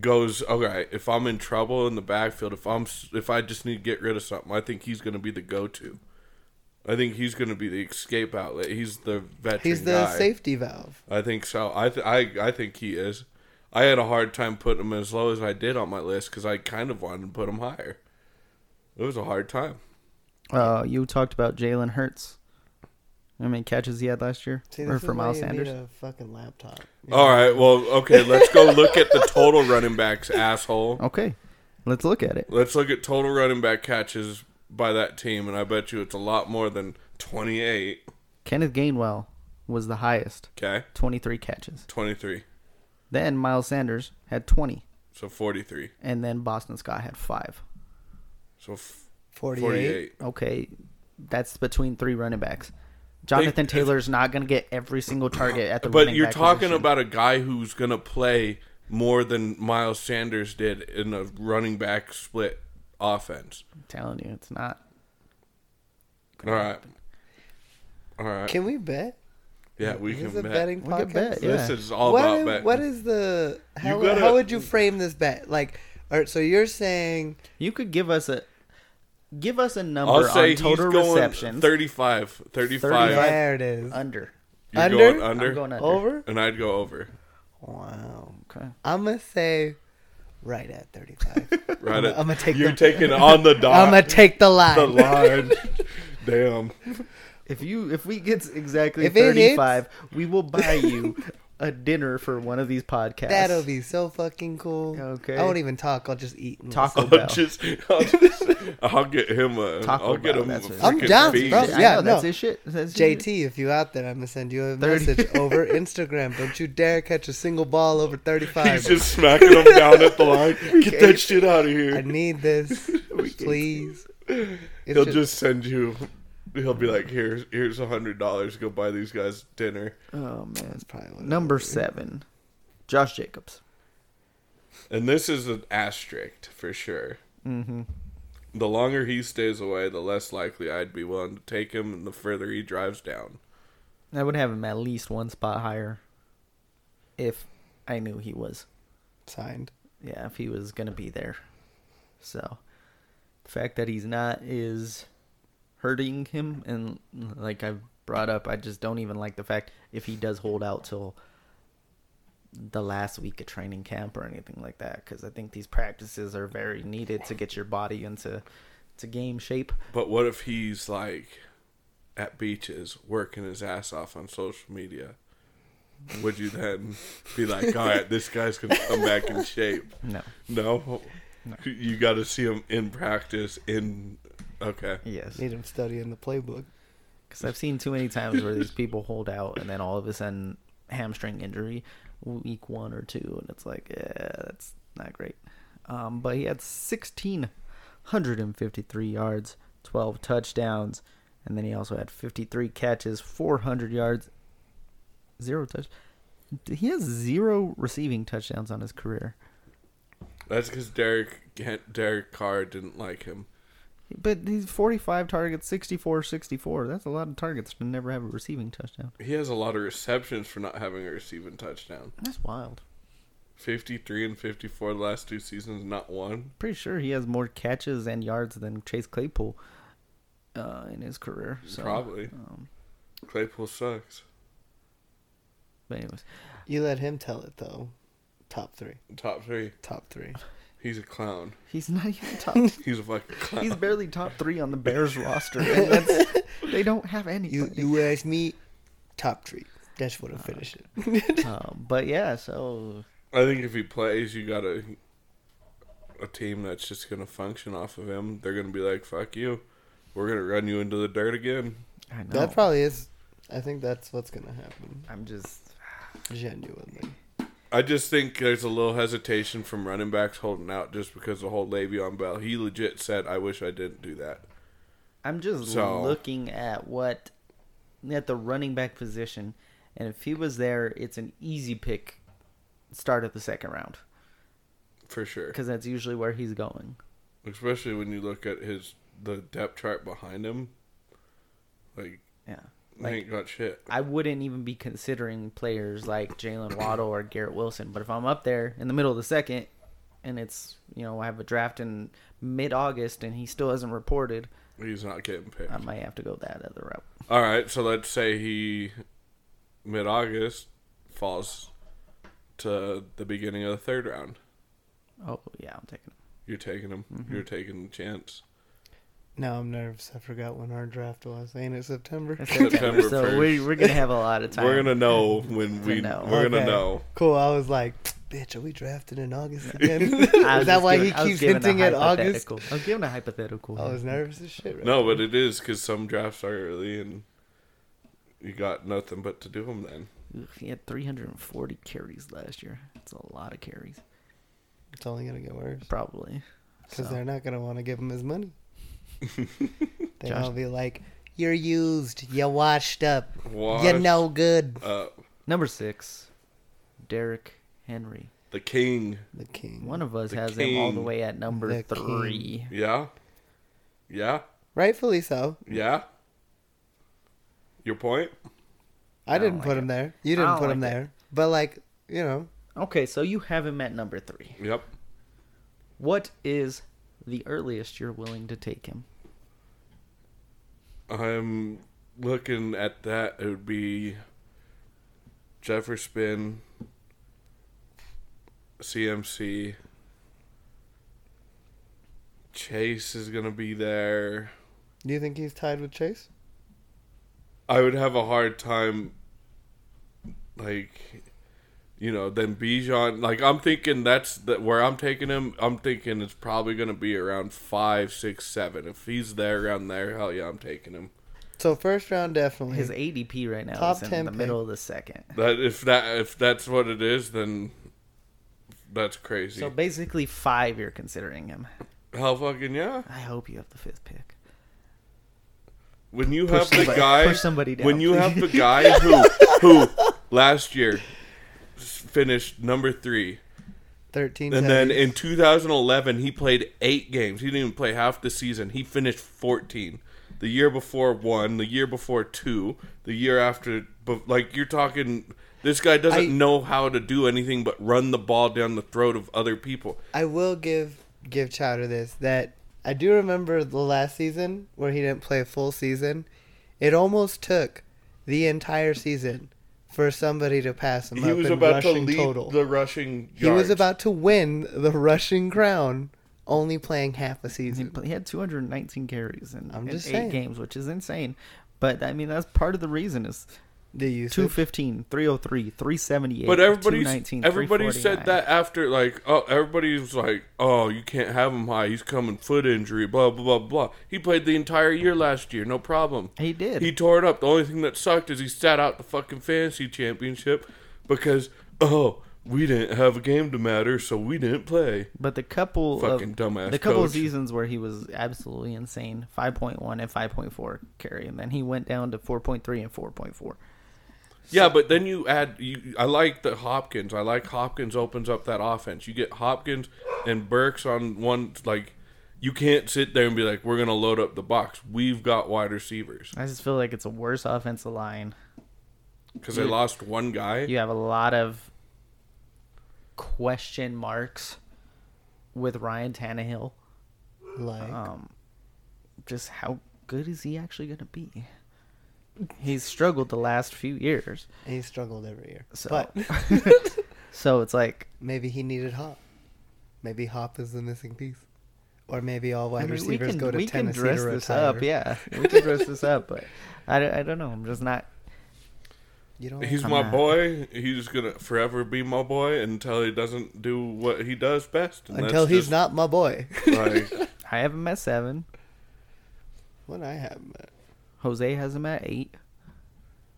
Speaker 3: goes, okay, if I'm in trouble in the backfield, if I'm s- if I just need to get rid of something, I think he's going to be the go-to. I think he's going to be the escape outlet. He's the veteran
Speaker 4: He's the
Speaker 3: guy.
Speaker 4: safety valve.
Speaker 3: I think so. I th- I I think he is. I had a hard time putting him as low as I did on my list cuz I kind of wanted to put him higher. It was a hard time.
Speaker 2: Uh, you talked about Jalen Hurts. How many catches he had last year, or for Miles Sanders?
Speaker 4: a fucking laptop.
Speaker 3: All right. Well, okay, let's go look at the total running backs, asshole.
Speaker 2: Okay, let's look at it.
Speaker 3: Let's look at total running back catches by that team, and I bet you it's a lot more than 28.
Speaker 2: Kenneth Gainwell was the highest,
Speaker 3: Okay,
Speaker 2: 23 catches.
Speaker 3: 23,
Speaker 2: Then Miles Sanders had 20,
Speaker 3: so 43,
Speaker 2: and then Boston Scott had five.
Speaker 3: so f-
Speaker 4: 48.
Speaker 3: 48.
Speaker 2: Okay, that's between three running backs. Jonathan Taylor's not going to get every single target at the.
Speaker 3: But
Speaker 2: running
Speaker 3: you're
Speaker 2: back
Speaker 3: talking
Speaker 2: position.
Speaker 3: about a guy who's gonna play more than Miles Sanders did in a running back split offense.
Speaker 2: I'm telling you, it's not.
Speaker 3: All right, all right.
Speaker 4: Can we bet?
Speaker 3: yeah, we
Speaker 4: Is
Speaker 3: can
Speaker 4: this a
Speaker 3: bet.
Speaker 4: betting
Speaker 2: We can
Speaker 4: podcast?
Speaker 2: bet, yeah.
Speaker 3: This is all
Speaker 4: What
Speaker 3: about
Speaker 4: is-
Speaker 3: betting.
Speaker 4: what is the how,
Speaker 3: gotta-
Speaker 4: how would you frame this bet? Like, all right, so you're saying
Speaker 2: You could give us a Give us a number
Speaker 3: I'll say
Speaker 2: on
Speaker 3: he's
Speaker 2: total
Speaker 3: going
Speaker 2: receptions.
Speaker 3: 35. 35.
Speaker 2: 35.
Speaker 4: There it is.
Speaker 2: Under.
Speaker 3: You're
Speaker 4: Under?
Speaker 3: going under?
Speaker 2: I'm going under.
Speaker 4: Over?
Speaker 3: And I'd go over.
Speaker 4: Wow.
Speaker 2: Okay.
Speaker 4: I'm going to say right at 35.
Speaker 3: Right
Speaker 4: I'ma-
Speaker 3: at-
Speaker 4: I'ma take
Speaker 3: You're
Speaker 4: the-
Speaker 3: taking on the dot.
Speaker 4: I'm going to take the line.
Speaker 3: the line. Damn.
Speaker 2: If you if we get exactly
Speaker 4: If it hits-
Speaker 2: 35, we will buy you a dinner for one of these podcasts.
Speaker 4: That'll be so fucking cool.
Speaker 2: Okay.
Speaker 4: I won't even talk. I'll just eat. and
Speaker 2: Taco
Speaker 3: I'll
Speaker 2: Bell.
Speaker 3: just, I'll just, I'll get him a,
Speaker 2: Taco
Speaker 3: will get
Speaker 2: Bell,
Speaker 3: him a
Speaker 2: that's what it is.
Speaker 4: I'm
Speaker 3: freaking
Speaker 4: down,
Speaker 3: feed.
Speaker 4: bro.
Speaker 2: I
Speaker 4: Yeah,
Speaker 2: know, that's
Speaker 4: no.
Speaker 2: his shit. That's his shit.
Speaker 4: JT, if you out there, I'm gonna send you a
Speaker 2: 30.
Speaker 4: message over Instagram. Don't you dare catch a single ball over 35.
Speaker 3: He's just smacking him down at the line. Get that shit out of
Speaker 4: I
Speaker 3: here.
Speaker 4: need this, please. It's
Speaker 3: He'll just send you. He'll be like, "Here's here's a hundred dollars. Go buy these guys dinner."
Speaker 2: Oh man.
Speaker 4: probably what it
Speaker 2: Number
Speaker 4: would be.
Speaker 2: 7. Josh Jacobs.
Speaker 3: And this is an asterisk for sure. Mm-hmm. The longer he stays away, the less likely I'd be willing to take him, and the further he drives down.
Speaker 2: I would have him at least one spot higher if I knew he was
Speaker 4: signed.
Speaker 2: yeah, if he was gonna be there. So the fact that he's not is hurting him and like I've brought up, I just don't even like the fact if he does hold out till the last week of training camp or anything like that cuz I think these practices are very needed to get your body into to game shape.
Speaker 3: But what if he's like at beaches working his ass off on social media? Would you then be like, all right, this guy's gonna come back in shape?
Speaker 2: No.
Speaker 3: No, you got to see him in practice. In okay,
Speaker 2: Yes.
Speaker 4: Need him studying the playbook.
Speaker 2: Because I've seen too many times where these people hold out and then all of a sudden hamstring injury week one or two, and it's like, yeah, that's not great. Um, but he had 1,653 yards, 12 touchdowns, and then he also had 53 catches, 400 yards, zero touch. He has zero receiving touchdowns on his career.
Speaker 3: that's because Derek Derek Carr didn't like him.
Speaker 2: But he's 45 targets, 64, 64. That's a lot of targets to never have a receiving touchdown.
Speaker 3: He has a lot of receptions for not having a receiving touchdown.
Speaker 2: That's wild.
Speaker 3: Fifty three and fifty four the last two seasons, not one.
Speaker 2: pretty sure he has more catches and yards than Chase Claypool uh, in his career. So,
Speaker 3: Probably.
Speaker 2: Um,
Speaker 3: Claypool sucks.
Speaker 2: but anyways,
Speaker 4: You let him tell it though. Top three.
Speaker 3: Top three.
Speaker 4: Top three.
Speaker 3: He's a clown.
Speaker 2: he's not even top.
Speaker 3: He's a fucking clown.
Speaker 2: he's barely top three on the Bears roster. And that's, they don't have any.
Speaker 4: You you asked me. Top three. That's
Speaker 2: Oh,
Speaker 4: what I'm finishing.
Speaker 2: Um, but yeah, so
Speaker 3: I think if he plays, you got a a team that's just gonna function off of him. They're gonna be like, "Fuck you, we're gonna run you into the dirt again."
Speaker 2: I know.
Speaker 4: That probably is. I think that's what's gonna happen.
Speaker 2: I'm just
Speaker 4: Genuinely.
Speaker 3: I just think there's a little hesitation from running backs holding out just because the whole Le'Veon Bell. He legit said, "I wish I didn't do that."
Speaker 2: I'm just
Speaker 3: So-
Speaker 2: looking at what at the running back position, and if he was there, it's an easy pick. Start of the second round
Speaker 3: For sure,
Speaker 2: because that's usually where he's going.
Speaker 3: especially when you look at his the depth chart behind him. Like,
Speaker 2: Yeah.
Speaker 3: they ain't got shit.
Speaker 2: I wouldn't even be considering players like Jalen Waddle or Garrett Wilson. But if I'm up there in the middle of the second, and it's you know I have a draft in mid-August and he still hasn't reported,
Speaker 3: He's not getting picked.
Speaker 2: I might have to go that other route.
Speaker 3: All right, so let's say he mid August falls to the beginning of the third round.
Speaker 2: Oh yeah, I'm taking. Him.
Speaker 3: You're taking him. You're taking the chance.
Speaker 4: Now I'm nervous. I forgot when our draft was. Ain't it September?
Speaker 2: That's September,
Speaker 3: September
Speaker 2: so
Speaker 3: 1st.
Speaker 2: we, we're gonna have a lot of time.
Speaker 3: We're gonna know when we.
Speaker 2: know.
Speaker 3: We're gonna
Speaker 4: Okay.
Speaker 3: know.
Speaker 4: Cool. I was like, bitch, are we drafted in August again?
Speaker 2: I was
Speaker 4: is that
Speaker 2: just
Speaker 4: why
Speaker 2: giving- I
Speaker 4: he
Speaker 2: was
Speaker 4: keeps
Speaker 2: giving a
Speaker 4: hinting at August? Oh,
Speaker 2: hypothetical. I was giving a hypothetical.
Speaker 4: I was nervous as shit. Right
Speaker 3: No, but it is because some drafts are early and you got nothing but to do them then.
Speaker 2: Ugh, he had 340 carries last year. That's a lot of carries,
Speaker 4: It's only gonna get worse
Speaker 2: probably.
Speaker 4: because
Speaker 2: So-
Speaker 4: they're not gonna want to give him his money. They're
Speaker 2: Josh-
Speaker 4: gonna be like, "You're used. You washed up. You
Speaker 3: Washed
Speaker 4: no good."
Speaker 3: Uh,
Speaker 2: number six, Derek Henry.
Speaker 3: the king.
Speaker 4: The king.
Speaker 2: One of us
Speaker 3: The
Speaker 2: has him all the
Speaker 3: king.
Speaker 2: way at number
Speaker 4: The king.
Speaker 2: three.
Speaker 3: Yeah. Yeah.
Speaker 4: Rightfully so.
Speaker 3: Yeah. Your point.
Speaker 4: I,
Speaker 2: don't
Speaker 4: didn't
Speaker 2: like
Speaker 4: put him
Speaker 2: it.
Speaker 4: there. You
Speaker 2: I
Speaker 4: didn't
Speaker 2: don't
Speaker 4: put him
Speaker 2: like it.
Speaker 4: there. But like, you know,
Speaker 2: Okay, so you have him at number three.
Speaker 3: Yep.
Speaker 2: What is the earliest you're willing to take him?
Speaker 3: I'm looking at that. It would be Jefferson, CMC. Chase is going to be there.
Speaker 4: Do you think he's tied with Chase?
Speaker 3: I would have a hard time, like, you know, then Bijan. Like, I'm thinking that's the, where I'm taking him. I'm thinking it's probably going to be around five, six, seven. If he's there around there, hell yeah, I'm taking him.
Speaker 4: So first round definitely.
Speaker 2: His ADP right now
Speaker 4: Top
Speaker 2: is in
Speaker 4: 10
Speaker 2: the
Speaker 4: pick.
Speaker 2: middle of the second.
Speaker 3: That if that if that's what it is, then that's crazy.
Speaker 2: So basically five you're considering him.
Speaker 3: hell fucking yeah!
Speaker 2: I hope you have the fifth pick.
Speaker 3: When you have
Speaker 2: Push
Speaker 3: the
Speaker 2: somebody-
Speaker 3: guy,
Speaker 2: push somebody down,
Speaker 3: when you
Speaker 2: please.
Speaker 3: have the guy who who last year s- finished number three.
Speaker 4: 13
Speaker 3: And then
Speaker 4: seconds.
Speaker 3: in 2011, he played eight games. He didn't even play half the season. He finished 14. The year before one. The year before two. The year after, but like you're talking, this guy doesn't
Speaker 4: I-
Speaker 3: know how to do anything but run the ball down the throat of other people.
Speaker 4: I will give give Chowder this that I do remember the last season where he didn't play a full season. It almost took the entire season for somebody to pass him
Speaker 3: he
Speaker 4: up
Speaker 3: was
Speaker 4: in
Speaker 3: about to
Speaker 4: rushing
Speaker 3: lead
Speaker 4: total.
Speaker 3: the rushing. Yards.
Speaker 4: He was about to win the rushing crown, only playing half a
Speaker 2: He,
Speaker 4: season.
Speaker 2: pl- he had 219 carries in,
Speaker 4: I'm
Speaker 2: in
Speaker 4: just
Speaker 2: eight
Speaker 4: saying.
Speaker 2: games, which is insane. But I mean, that's part of the reason is
Speaker 4: The usage.
Speaker 2: 215, 303, 378,
Speaker 3: But everybody,
Speaker 2: 219,
Speaker 3: everybody said
Speaker 2: 349.
Speaker 3: that after, like, oh, everybody was like, oh, you can't have him high. He's coming foot injury, blah blah blah blah. He played the entire year last year, no problem.
Speaker 2: He did.
Speaker 3: He tore it up. The only thing that sucked is he sat out the fucking fantasy championship because oh, we didn't have a game to matter, so we didn't play.
Speaker 2: But the couple
Speaker 3: Fucking
Speaker 2: of,
Speaker 3: dumbass
Speaker 2: the couple
Speaker 3: coach.
Speaker 2: of seasons where he was absolutely insane, 5.1 and 5.4 carry, and then he went down to 4.3 and 4.4.
Speaker 3: Yeah, but then you add. You, I like the Hopkins. I like Hopkins opens up that offense. You get Hopkins and Burks on one. Like, you can't sit there and be like, "We're gonna load up the box." We've got wide receivers
Speaker 2: I just feel like it's a worse offensive line.
Speaker 3: because they lost one guy.
Speaker 2: You have a lot of question marks with Ryan Tannehill.
Speaker 4: like,
Speaker 2: Um, just how good is he actually going to be? He's struggled the last few years,
Speaker 4: and he struggled every year.
Speaker 2: So-
Speaker 4: But
Speaker 2: so it's like
Speaker 4: maybe he needed Hop. Maybe Hop is the missing piece. Or maybe all wide
Speaker 2: I mean,
Speaker 4: receivers go to
Speaker 2: we
Speaker 4: Tennessee
Speaker 2: can dress
Speaker 4: to
Speaker 2: this
Speaker 4: retire.
Speaker 2: up. Yeah, we can dress this up, but I don't, I don't know. I'm just not.
Speaker 4: You don't
Speaker 3: He's
Speaker 2: I'm
Speaker 3: my
Speaker 2: not-
Speaker 3: boy. He's gonna forever be my boy until he doesn't do what he does best. And
Speaker 4: until
Speaker 3: that's
Speaker 4: he's
Speaker 3: just,
Speaker 4: not my boy.
Speaker 3: Like,
Speaker 2: I have him at seven.
Speaker 4: when I have him. at-
Speaker 2: Jose has him at eight.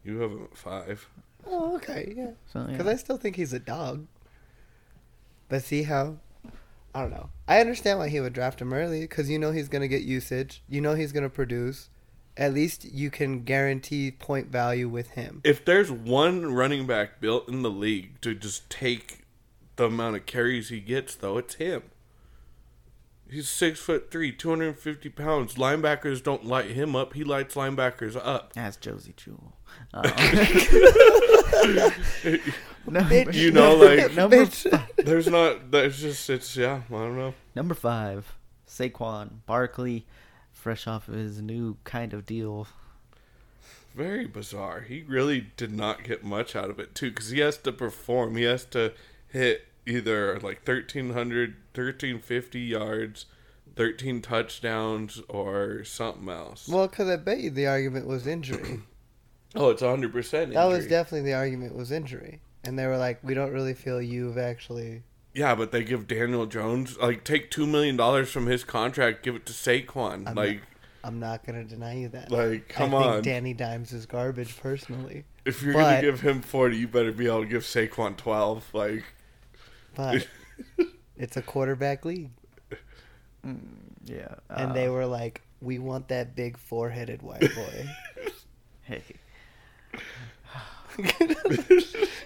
Speaker 3: you have him at five.
Speaker 4: Oh, okay, yeah.
Speaker 2: So yeah.
Speaker 4: Because I still think he's a dog. But see how? I don't know. I understand why he would draft him early because you know he's going to get usage. You know he's going to produce. At least you can guarantee point value with him.
Speaker 3: if there's one running back built in the league to just take the amount of carries he gets, though, it's him. He's six foot three, two hundred and fifty pounds. Linebackers don't light him up. He lights linebackers up.
Speaker 2: That's Josie Jewel. Um, no,
Speaker 4: Bitch.
Speaker 3: You know, like
Speaker 2: number
Speaker 4: Bitch.
Speaker 3: there's not. There's just it's yeah. I don't know.
Speaker 2: number five, Saquon Barkley, fresh off of his new kind of deal.
Speaker 3: Very bizarre. He really did not get much out of it too, because he has to perform. He has to hit either like 1300, 1350 yards, thirteen touchdowns, or something else.
Speaker 4: Well, because I bet you the argument was injury.
Speaker 3: Oh, it's hundred percent.
Speaker 4: that was definitely the argument was injury. And they were like, we don't really feel you've actually.
Speaker 3: yeah, but they give Daniel Jones like take two million dollars from his contract, give it to Saquon.
Speaker 4: I'm
Speaker 3: like,
Speaker 4: I'm not going to deny you that.
Speaker 3: like come
Speaker 4: I think
Speaker 3: on.
Speaker 4: Danny Dimes is garbage personally.
Speaker 3: if you're
Speaker 4: but-
Speaker 3: gonna give him forty, you better be able to give Saquon twelve. Like,
Speaker 4: But it's a quarterback league.
Speaker 2: Yeah, Uh,
Speaker 4: and
Speaker 3: Ah.
Speaker 4: they were like, "We want that big four-headed white boy."
Speaker 2: Hey,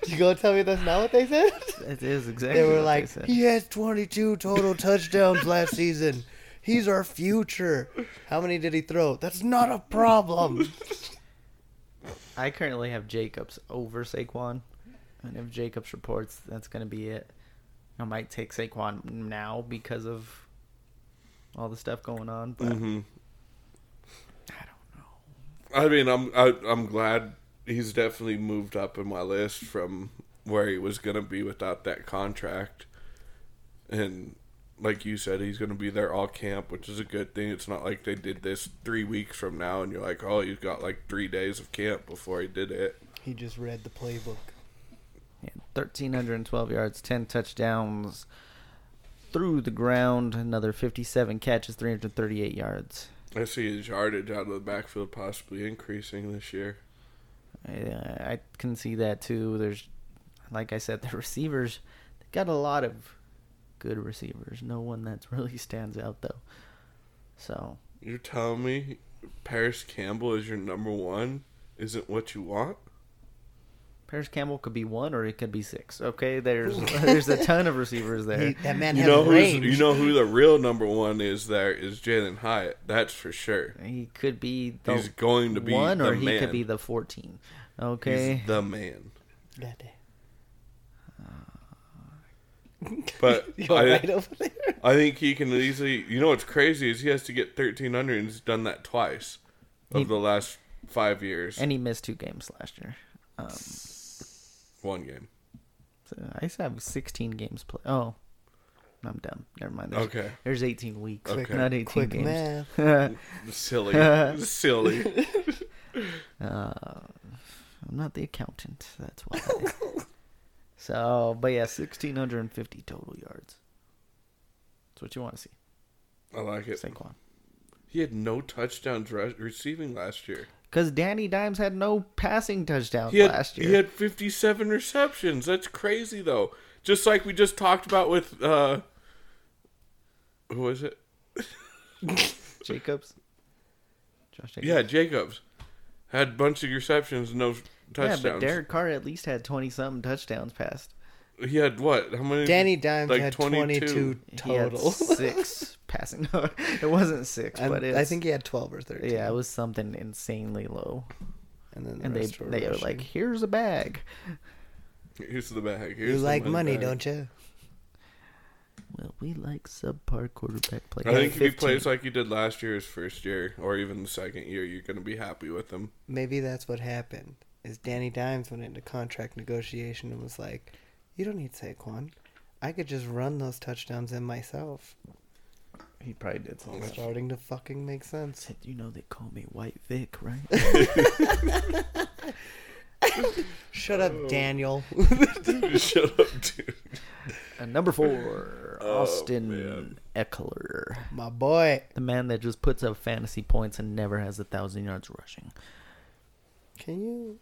Speaker 4: you gonna tell me that's not what they said?
Speaker 2: it is exactly.
Speaker 4: They were
Speaker 2: what
Speaker 4: like,
Speaker 2: said.
Speaker 4: "He has 22 total touchdowns last season. He's our future. How many did he throw? That's not a problem."
Speaker 2: I currently have Jacobs over Saquon, and if Jacobs reports, that's going to be it. I might take Saquon now because of all the stuff going on, but
Speaker 3: mhm.
Speaker 2: I don't know.
Speaker 3: I mean, I'm I, I'm glad he's definitely moved up in my list from where he was gonna be without that contract, and like you said, he's gonna be there all camp, which is a good thing. It's not like they did this three weeks from now, and you're like, oh, you've got like three days of camp before he did it.
Speaker 4: He just read the playbook.
Speaker 2: Yeah, 1,312 yards, 10 touchdowns through the ground, another 57 catches, 338 yards.
Speaker 3: I see his yardage out of the backfield possibly increasing this year.
Speaker 2: I, I can see that too. There's, like I said, the receivers, they got a lot of good receivers. No one that really stands out though. So,
Speaker 3: You're telling me Paris Campbell is your number one? Isn't what you want?
Speaker 2: Paris Campbell could be one or it could be six. Okay, there's there's a ton of receivers there.
Speaker 4: He, that man
Speaker 3: Eh. You
Speaker 4: has
Speaker 3: know who's,
Speaker 4: range.
Speaker 3: you know who the real number one is there is Jalen Hyatt. That's for sure.
Speaker 2: He could be the
Speaker 3: He's going to be
Speaker 2: one,
Speaker 3: the
Speaker 2: or he
Speaker 3: man.
Speaker 2: could be the fourteen.
Speaker 3: He's
Speaker 2: Okay,
Speaker 3: the man.
Speaker 4: Goddamn.
Speaker 3: But
Speaker 4: You all right
Speaker 3: I,
Speaker 4: over there?
Speaker 3: I think he can easily. You know what's crazy is he has to get thirteen hundred, and he's done that twice of
Speaker 2: He-
Speaker 3: the last five years.
Speaker 2: and he missed two games last year. Um,
Speaker 3: One game.
Speaker 2: so I used to have sixteen games play. Oh, I'm dumb. Never mind. There's,
Speaker 3: Okay.
Speaker 2: There's eighteen weeks,
Speaker 3: Quick-
Speaker 2: not eighteen
Speaker 4: Quick
Speaker 2: games.
Speaker 4: math.
Speaker 3: Silly, silly.
Speaker 2: I'm not the accountant. That's why. so, but yeah, 1,650 total yards. That's what you want to see,
Speaker 3: I like it.
Speaker 2: Saquon.
Speaker 3: He had no touchdowns re- receiving last year.
Speaker 2: Because Danny Dimes had no passing touchdowns
Speaker 3: He had,
Speaker 2: last year.
Speaker 3: He had 57 receptions. That's crazy, though. Just like we just talked about with, uh, who was it?
Speaker 2: Jacobs. Josh Jacobs.
Speaker 3: Yeah, Jacobs. Had a bunch of receptions, no touchdowns.
Speaker 2: Yeah, but Derek Carr at least had 20 something touchdowns passed.
Speaker 3: He had what? How many?
Speaker 4: Danny Dimes
Speaker 3: like
Speaker 4: had 22,
Speaker 2: He had
Speaker 4: total.
Speaker 2: six passing. No, it wasn't six,
Speaker 4: And
Speaker 2: but it's,
Speaker 4: I think he had 12 or 13.
Speaker 2: yeah, it was something insanely low.
Speaker 4: and then the
Speaker 2: And they,
Speaker 4: rest were
Speaker 2: they are
Speaker 4: rushing.
Speaker 2: like, here's a bag.
Speaker 3: Here's the bag. Here's
Speaker 4: You
Speaker 3: the
Speaker 4: like money,
Speaker 3: bag.
Speaker 4: don't you?
Speaker 2: Well, we like subpar quarterback play.
Speaker 3: I think if he
Speaker 2: 15.
Speaker 3: plays like he did last year, his first year, or even the second year, you're going to be happy with him.
Speaker 4: Maybe that's what happened. Is Danny Dimes went into contract negotiation and was like, "You don't need Saquon. I could just run those touchdowns in myself."
Speaker 2: He probably did
Speaker 3: Oh,
Speaker 2: something.
Speaker 4: It's starting to fucking make sense.
Speaker 2: Said, you know they call me White Vic, right?
Speaker 4: Shut
Speaker 3: Oh.
Speaker 4: up, Daniel.
Speaker 3: Shut up, dude.
Speaker 2: and number four, Austin
Speaker 3: Oh, man.
Speaker 2: Eckler,
Speaker 4: My boy.
Speaker 2: the man that just puts up fantasy points and never has a thousand yards rushing.
Speaker 4: Can you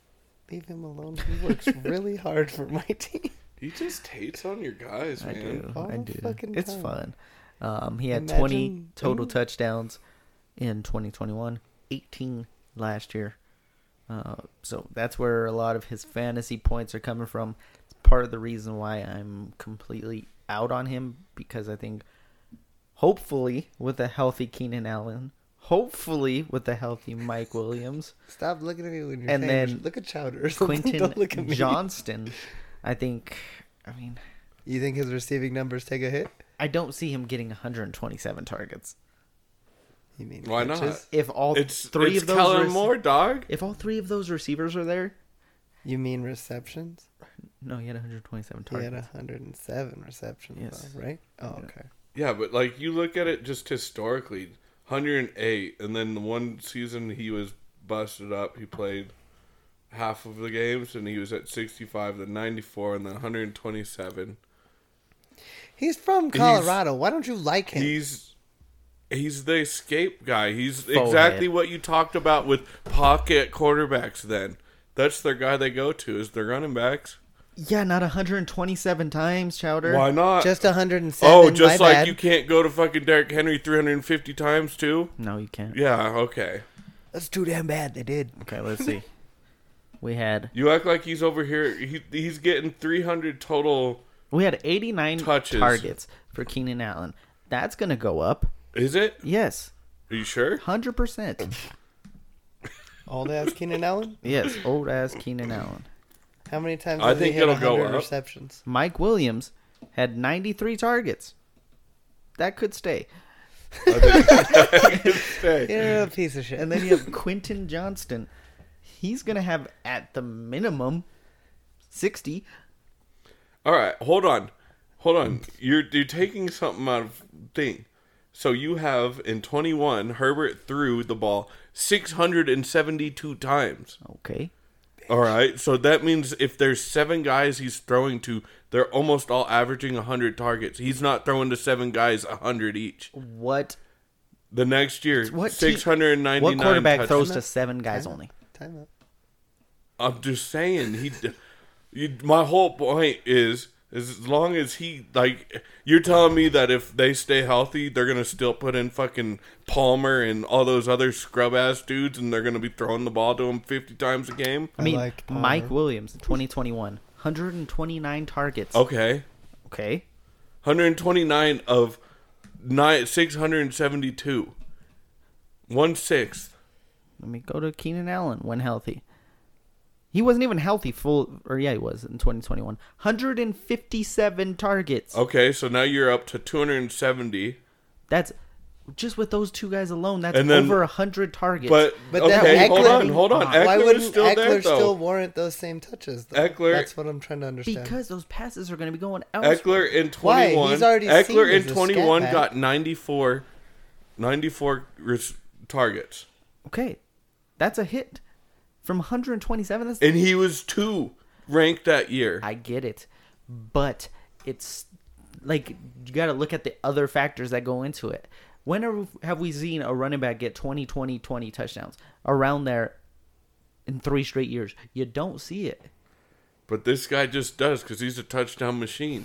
Speaker 4: leave him alone? He works really hard for my team.
Speaker 3: He just hates on your guys,
Speaker 2: I
Speaker 3: man.
Speaker 2: do,
Speaker 4: all
Speaker 2: I
Speaker 4: the
Speaker 2: do.
Speaker 4: fucking
Speaker 2: It's
Speaker 4: time.
Speaker 2: fun. Um, he had
Speaker 4: Imagine-
Speaker 2: 20 total
Speaker 4: Mm.
Speaker 2: touchdowns in 2021, 18 last year. Uh, so that's where a lot of his fantasy points are coming from. It's part of the reason why I'm completely out on him because I think, hopefully, with a healthy Keenan Allen, hopefully with a healthy Mike Williams,
Speaker 4: Stop looking at me when you're
Speaker 2: And
Speaker 4: famous.
Speaker 2: then
Speaker 4: look at Chowder. or something.
Speaker 2: Quinton
Speaker 4: Don't look at me.
Speaker 2: Johnston, I think. I mean,
Speaker 4: You think his receiving numbers take a hit?
Speaker 2: I don't see him getting 127 targets.
Speaker 4: You mean
Speaker 3: Why not?
Speaker 4: catches?
Speaker 2: If all
Speaker 3: It's
Speaker 2: three
Speaker 3: it's
Speaker 2: of those
Speaker 3: Kellen
Speaker 2: rec-
Speaker 3: Moore, dog.
Speaker 2: if all three of those receivers are there,
Speaker 4: You mean receptions?
Speaker 2: no, he had 127
Speaker 4: He
Speaker 2: targets.
Speaker 4: had 107 receptions,
Speaker 2: Yes.
Speaker 4: though, right? Oh, okay.
Speaker 3: Yeah, but like you look at it just historically, 108, and then the one season he was busted up, he played half of the games, and he was at 65, then 94, and then 127.
Speaker 4: He's from Colorado. Why don't you like him?
Speaker 3: He's he's the escape guy. He's
Speaker 2: Forehead.
Speaker 3: exactly what you talked about with pocket quarterbacks. Then that's their guy they go to is their running backs.
Speaker 2: Yeah, not 127 times, Chowder.
Speaker 3: Why not?
Speaker 4: just 107.
Speaker 3: oh, just
Speaker 4: my
Speaker 3: like
Speaker 4: bad.
Speaker 3: you can't go to fucking Derrick Henry 350 times too.
Speaker 2: No, you can't.
Speaker 3: Yeah, okay.
Speaker 4: That's too damn bad. They did.
Speaker 2: Okay, let's see. We had
Speaker 3: You act like he's over here. He, he's getting 300 total.
Speaker 2: we had 89
Speaker 3: Touches.
Speaker 2: targets for Keenan Allen. That's gonna go up.
Speaker 3: Is it?
Speaker 2: Yes,
Speaker 3: Are you sure?
Speaker 2: 100. percent
Speaker 4: Old ass Keenan Allen.
Speaker 2: Yes, old ass Keenan Allen.
Speaker 4: How many times?
Speaker 3: I
Speaker 4: has he
Speaker 3: think
Speaker 4: hit
Speaker 3: it'll go
Speaker 4: 100
Speaker 3: up.
Speaker 4: Receptions.
Speaker 2: Mike Williams had 93 targets. That could stay.
Speaker 3: Hey,
Speaker 4: You're a piece of shit.
Speaker 2: And then you have Quentin Johnston. He's going to have, at the minimum, 60.
Speaker 3: All right, hold on, hold on. You're you're taking something out of thing. So you have in 21, Herbert threw the ball 672 times.
Speaker 2: Okay.
Speaker 3: All right, so that means if there's seven guys he's throwing to, they're almost all averaging 100 targets. He's not throwing to seven guys 100 each.
Speaker 2: What
Speaker 3: The next year,
Speaker 2: what team-
Speaker 3: 699
Speaker 2: what quarterback
Speaker 3: touchdowns.
Speaker 2: throws to seven guys only?
Speaker 4: Time out.
Speaker 3: I'm just saying he. you, my whole point is is as long as he like you're telling me that if they stay healthy, they're gonna still put in fucking Palmer and all those other scrub ass dudes, and they're gonna be throwing the ball to him 50 times a game.
Speaker 2: I mean,
Speaker 4: like Palmer.
Speaker 2: Mike Williams, 2021, 129 targets.
Speaker 3: Okay,
Speaker 2: Okay.
Speaker 3: 129 of nine 672, one sixth.
Speaker 2: Let me go to Keenan Allen when healthy. He wasn't even healthy full, or yeah, he was in 2021. 157 targets.
Speaker 3: Okay, so now you're up to 270.
Speaker 2: That's just with those two guys alone. That's
Speaker 3: And then-
Speaker 2: over 100 targets.
Speaker 3: But,
Speaker 4: But then
Speaker 3: okay, hold
Speaker 4: Eckler-
Speaker 3: on, hold on.
Speaker 4: Why
Speaker 3: Eckler is
Speaker 4: wouldn't
Speaker 3: still
Speaker 4: Eckler
Speaker 3: there though.
Speaker 4: still warrant those same touches? Though?
Speaker 3: Eckler-
Speaker 4: That's what I'm trying to understand.
Speaker 2: because those passes are going to be going elsewhere.
Speaker 3: Eckler in
Speaker 4: Why?
Speaker 3: 21.
Speaker 4: He's already seen
Speaker 3: Eckler
Speaker 4: as
Speaker 3: in
Speaker 4: a scat
Speaker 3: 21
Speaker 4: back.
Speaker 3: got 94, 94 res- targets.
Speaker 2: Okay. That's a hit. From 127, that's
Speaker 3: And he was two ranked that year.
Speaker 2: I get it, but it's like you got to look at the other factors that go into it. When are, have we seen a running back get 20, 20, 20 touchdowns around there in three straight years? You don't see it.
Speaker 3: But this guy just does because he's a touchdown machine.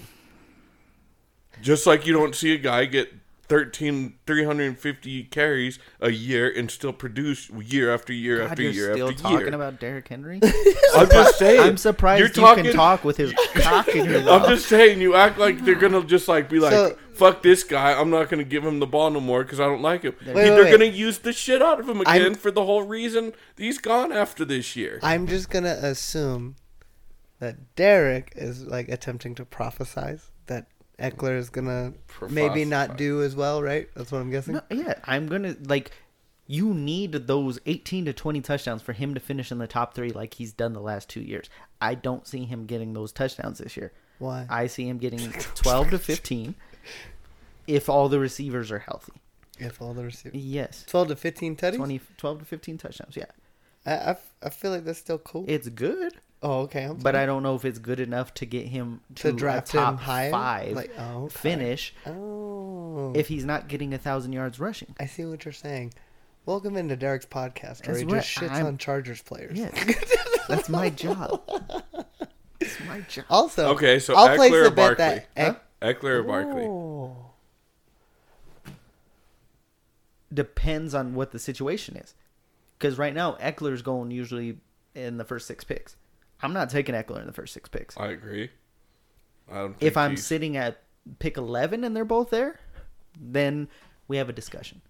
Speaker 3: Just like you don't see a guy get 13, 350 carries a year and still produce year after year
Speaker 2: God,
Speaker 3: after
Speaker 2: you're
Speaker 3: year
Speaker 2: still
Speaker 3: after
Speaker 2: talking
Speaker 3: year.
Speaker 2: about Derrick Henry.
Speaker 3: I'm just saying.
Speaker 2: I'm surprised you can talk with his cock in your
Speaker 3: I'm
Speaker 2: mouth.
Speaker 3: just saying, you act like they're gonna just like be like,
Speaker 4: So-
Speaker 3: "Fuck this guy! I'm not gonna give him the ball no more because I don't like him."
Speaker 4: wait,
Speaker 3: they're
Speaker 4: wait.
Speaker 3: gonna use the shit out of him again
Speaker 4: I'm-
Speaker 3: for the whole reason he's gone after this year.
Speaker 4: I'm just gonna assume that Derek is like attempting to prophesize that Eckler is gonna maybe not do as well, right? That's what I'm guessing.
Speaker 2: No, yeah, I'm gonna like. You need those 18 to 20 touchdowns for him to finish in the top three, like he's done the last two years. I don't see him getting those touchdowns this year.
Speaker 4: Why?
Speaker 2: I see him getting 12 to 15 if all the receivers are healthy.
Speaker 4: if all the receivers,
Speaker 2: Yes.
Speaker 4: twelve to fifteen, Teddy.
Speaker 2: 20, 12 to 15 touchdowns. Yeah.
Speaker 4: I, I, I feel like that's still cool.
Speaker 2: It's good,
Speaker 4: oh, okay. I'm
Speaker 2: but I don't know if it's good enough to get him to,
Speaker 4: To draft
Speaker 2: a top
Speaker 4: him higher?
Speaker 2: five
Speaker 4: Like, oh, okay.
Speaker 2: finish
Speaker 4: oh,
Speaker 2: if he's not getting a 1,000 yards rushing.
Speaker 4: I see what you're saying. Welcome into Derek's podcast where
Speaker 2: That's
Speaker 4: he
Speaker 2: what
Speaker 4: just shits
Speaker 2: I'm-
Speaker 4: on Chargers players.
Speaker 2: Yeah. That's my job. That's my job.
Speaker 4: Also,
Speaker 3: Okay, so Eckler or Barkley?
Speaker 4: Eck-
Speaker 3: Eckler or Barkley?
Speaker 4: Oh.
Speaker 2: depends on what the situation is. Because right now, Eckler's going usually in the first six picks. I'm not taking Eckler in the first six picks.
Speaker 3: I agree. I don't. Think
Speaker 2: If I'm
Speaker 3: he's-
Speaker 2: sitting at pick 11 and they're both there, then we have a discussion.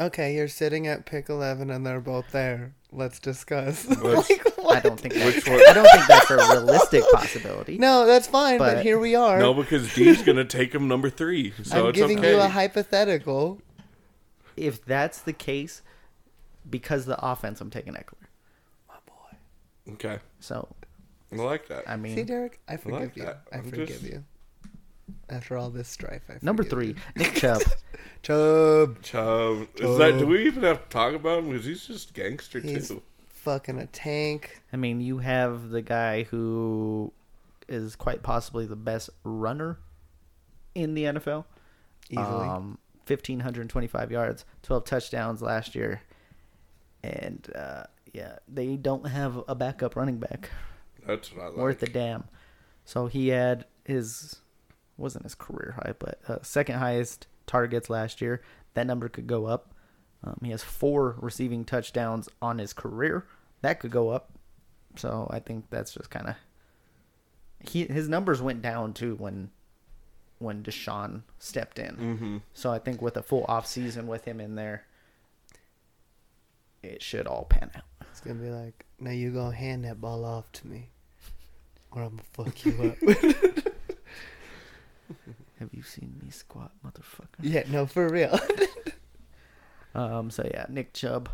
Speaker 4: Okay, you're sitting at pick 11 and they're both there. Let's discuss.
Speaker 3: Let's-
Speaker 4: Like, what?
Speaker 2: I don't think
Speaker 3: Which
Speaker 2: that's,
Speaker 3: one-
Speaker 2: I don't think that's a realistic possibility.
Speaker 4: No, that's fine, but,
Speaker 2: But-
Speaker 4: here we are.
Speaker 3: no, because D's gonna take him number three, so
Speaker 4: I'm
Speaker 3: it's
Speaker 4: giving
Speaker 3: okay.
Speaker 4: you a hypothetical.
Speaker 2: If that's the case, because the offense, I'm taking Eckler.
Speaker 3: okay,
Speaker 2: So,
Speaker 3: I like that.
Speaker 2: I mean,
Speaker 4: See, Derek, I forgive
Speaker 3: like
Speaker 4: you.
Speaker 3: that.
Speaker 4: I
Speaker 3: I'm
Speaker 4: forgive
Speaker 3: just-
Speaker 4: you. After all this strife, I
Speaker 2: number
Speaker 4: forgive
Speaker 2: three,
Speaker 4: you.
Speaker 2: Nick Chubb.
Speaker 4: Chubb.
Speaker 3: Chubb, Um, is that? Do we even have to talk about him? Because he's just gangster
Speaker 4: uh, He's
Speaker 3: too.
Speaker 4: fucking a tank.
Speaker 2: I mean, you have the guy who is quite possibly the best runner in the NFL.
Speaker 4: Easily.
Speaker 2: Um, 1,525 yards, 12 touchdowns last year. And uh, yeah, they don't have a backup running back
Speaker 3: That's what I like.
Speaker 2: worth a damn. So he had his, wasn't his career high, but uh, second highest targets last year. That number could go up. Um, he has four receiving touchdowns on his career. That could go up. So I think that's just kind of. He his numbers went down too when, when Deshaun stepped in. So I think with a full off season with him in there, it should all pan out.
Speaker 4: It's going to be like, now you go hand that ball off to me or I'm going to fuck you up.
Speaker 2: Have you seen me squat, motherfucker?
Speaker 4: Yeah, no, for real.
Speaker 2: Um. So yeah, Nick Chubb.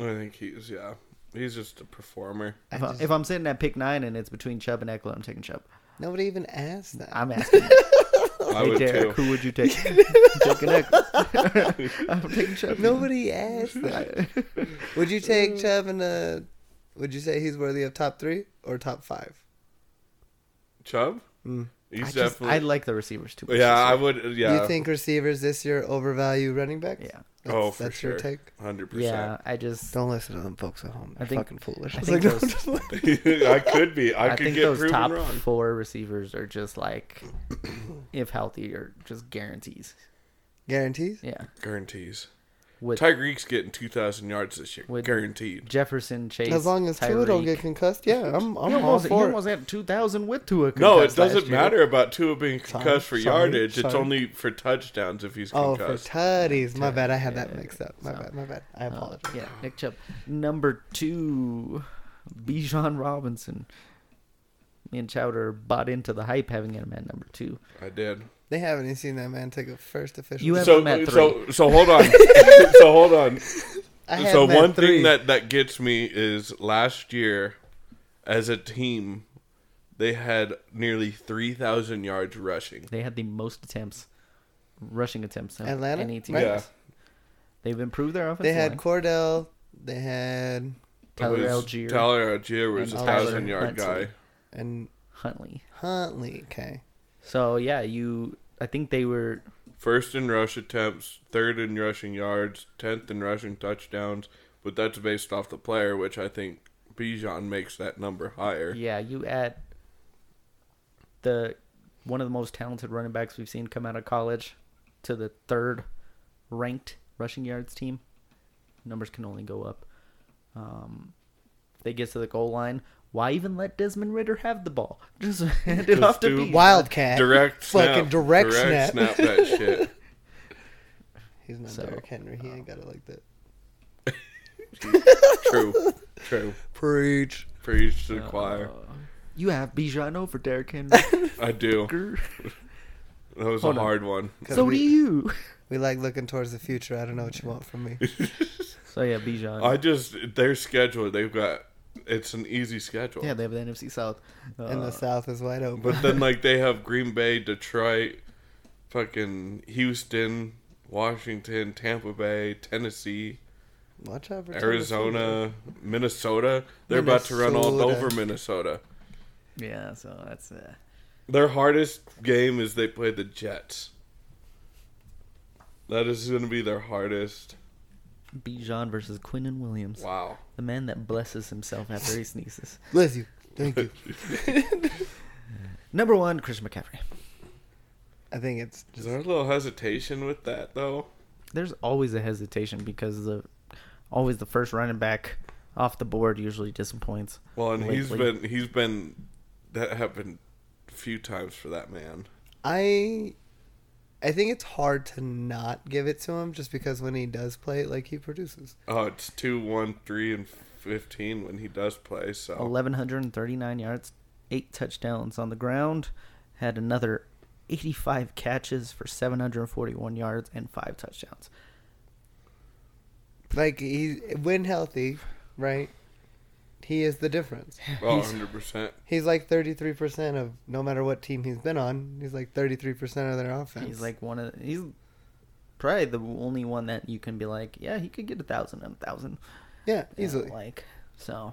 Speaker 3: I think he's yeah. He's just a performer.
Speaker 2: If, I, if I'm sitting at pick nine and it's between Chubb and Eckler, I'm taking Chubb.
Speaker 4: Nobody even asked that.
Speaker 2: I'm asking.
Speaker 3: I
Speaker 2: hey
Speaker 3: would
Speaker 2: Derek,
Speaker 3: too.
Speaker 2: who would you take? I'm taking Eckler. I'm taking Chubb.
Speaker 4: Nobody asked that. Would you
Speaker 2: Uh,
Speaker 4: take Chubb in a? Would you say he's worthy of top three or top five?
Speaker 3: Chubb.
Speaker 4: Mm.
Speaker 3: He's
Speaker 2: I, just,
Speaker 3: definitely.
Speaker 2: I like the receivers too. much
Speaker 3: yeah,
Speaker 2: this
Speaker 3: I
Speaker 2: year.
Speaker 3: would. Yeah.
Speaker 4: You think receivers this year overvalue running backs?
Speaker 2: Yeah.
Speaker 4: That's,
Speaker 3: oh, for
Speaker 4: that's
Speaker 3: sure.
Speaker 4: your take.
Speaker 3: Hundred
Speaker 2: Yeah, I just.
Speaker 4: Don't listen to them folks at home.
Speaker 2: I
Speaker 4: They're
Speaker 2: think-
Speaker 4: fucking foolish.
Speaker 2: I think
Speaker 4: Like,
Speaker 2: those,
Speaker 3: percent. I could be. I,
Speaker 2: I
Speaker 3: could
Speaker 2: think
Speaker 3: get
Speaker 2: those
Speaker 3: proven
Speaker 2: top
Speaker 3: wrong.
Speaker 2: four receivers are just like, if healthy, are just guarantees.
Speaker 4: guarantees.
Speaker 2: Yeah.
Speaker 3: Guarantees.
Speaker 2: With
Speaker 3: Tyreek's getting two thousand yards this year.
Speaker 2: Would-
Speaker 3: Guaranteed.
Speaker 2: Jefferson, Chase,
Speaker 4: As long as Tua don't
Speaker 2: Tyreek.
Speaker 4: get concussed, yeah, I'm I'm
Speaker 2: He
Speaker 4: all
Speaker 2: almost, he
Speaker 4: for it.
Speaker 2: almost had 2,000 with Tua.
Speaker 3: No, it
Speaker 2: concussed last
Speaker 3: doesn't
Speaker 2: year.
Speaker 3: matter about Tua being
Speaker 4: Sorry,
Speaker 3: concussed for
Speaker 4: sorry,
Speaker 3: yardage. It's
Speaker 4: sorry.
Speaker 3: only for touchdowns if he's
Speaker 4: Oh,
Speaker 3: concussed.
Speaker 4: for tutties. My bad. I had that
Speaker 2: Yeah,
Speaker 4: mixed up. My
Speaker 2: so-
Speaker 4: bad. My bad. I
Speaker 2: Uh,
Speaker 4: apologize.
Speaker 2: yeah, Nick Chubb. Number two, Bijan Robinson. Me and Chowder bought into the hype having him at number two.
Speaker 3: I did.
Speaker 4: They haven't even seen that man take a first official.
Speaker 2: You have-
Speaker 3: So
Speaker 2: him at
Speaker 3: so so hold on. so hold on.
Speaker 4: I had
Speaker 3: So
Speaker 4: him at
Speaker 3: one
Speaker 4: three.
Speaker 3: thing that that gets me is last year, as a team, they had nearly three thousand yards rushing.
Speaker 2: They had the most attempts, rushing attempts. of
Speaker 4: Atlanta,
Speaker 2: Any team
Speaker 4: right?
Speaker 3: Yeah.
Speaker 2: else. They've improved their offense.
Speaker 4: they had Cordell. They had
Speaker 2: Tyler
Speaker 3: It was-
Speaker 2: Algier.
Speaker 3: Tyler Algier was
Speaker 4: And
Speaker 3: a
Speaker 4: Tyler
Speaker 3: thousand yard
Speaker 2: Huntley.
Speaker 3: guy.
Speaker 4: and
Speaker 2: Huntley.
Speaker 4: Huntley. Okay.
Speaker 2: So, yeah, you. I think they were.
Speaker 3: First in rush attempts, third in rushing yards, tenth in rushing touchdowns. But that's based off the player, which I think Bijan makes that number higher.
Speaker 2: Yeah, you add the one of the most talented running backs we've seen come out of college to the third ranked rushing yards team. Numbers can only go up. Um, they get to the goal line. Why even let Desmond Ritter have the ball? Just hand it
Speaker 3: Just
Speaker 2: off to
Speaker 3: do
Speaker 2: Bijan.
Speaker 4: Wildcat.
Speaker 3: Direct snap,
Speaker 4: Fucking direct snap.
Speaker 3: that shit.
Speaker 4: He's not
Speaker 2: So,
Speaker 4: Derrick Henry. He ain't got it like that.
Speaker 3: True, true.
Speaker 4: Preach.
Speaker 3: Preach to the choir.
Speaker 2: You have Bijan over Derrick Henry.
Speaker 3: I do. That was
Speaker 2: Hold
Speaker 3: a
Speaker 2: on.
Speaker 3: hard one.
Speaker 2: so do you.
Speaker 4: We like looking towards the future. I don't know what you want from me.
Speaker 2: So yeah, Bijan.
Speaker 3: I just their schedule. They've got it's an easy schedule.
Speaker 2: yeah, they have the NFC South. Uh,
Speaker 4: And the South is wide open.
Speaker 3: But then like they have Green Bay, Detroit, fucking Houston, Washington, Tampa Bay, Tennessee,
Speaker 4: Watch out for Tennessee.
Speaker 3: Arizona, Minnesota. They're about to run all
Speaker 4: Minnesota.
Speaker 3: over Minnesota.
Speaker 2: yeah, so that's uh,
Speaker 3: Their hardest game is they play the Jets. That is going to be their hardest.
Speaker 2: Bijan versus Quinn and Williams.
Speaker 3: Wow.
Speaker 2: The man that blesses himself after he sneezes.
Speaker 4: Bless you. Thank you.
Speaker 2: Number one, Christian McCaffrey.
Speaker 4: I think it's
Speaker 3: Is
Speaker 4: just
Speaker 3: there a little hesitation with that though?
Speaker 2: There's always a hesitation because the always the first running back off the board usually disappoints.
Speaker 3: Well, and he's
Speaker 2: lately.
Speaker 3: been he's been that happened a few times for that man.
Speaker 4: I I think it's hard to not give it to him just because when he does play, like he produces.
Speaker 3: Oh, it's two, one, three, and fifteen when he does play. So
Speaker 2: 1139 yards, eight touchdowns on the ground, had another 85 catches for 741 yards and five touchdowns.
Speaker 4: Like he when healthy, right? He is the difference.
Speaker 3: oh,
Speaker 2: he's-
Speaker 3: 100 percent.
Speaker 4: He's like 33% of no matter what team he's been on, he's like 33% of their offense.
Speaker 2: He's like one of the, he's probably the only one that you can be like, yeah, he could get a thousand and a thousand
Speaker 4: yeah,
Speaker 2: Yeah,
Speaker 4: easily.
Speaker 2: like so,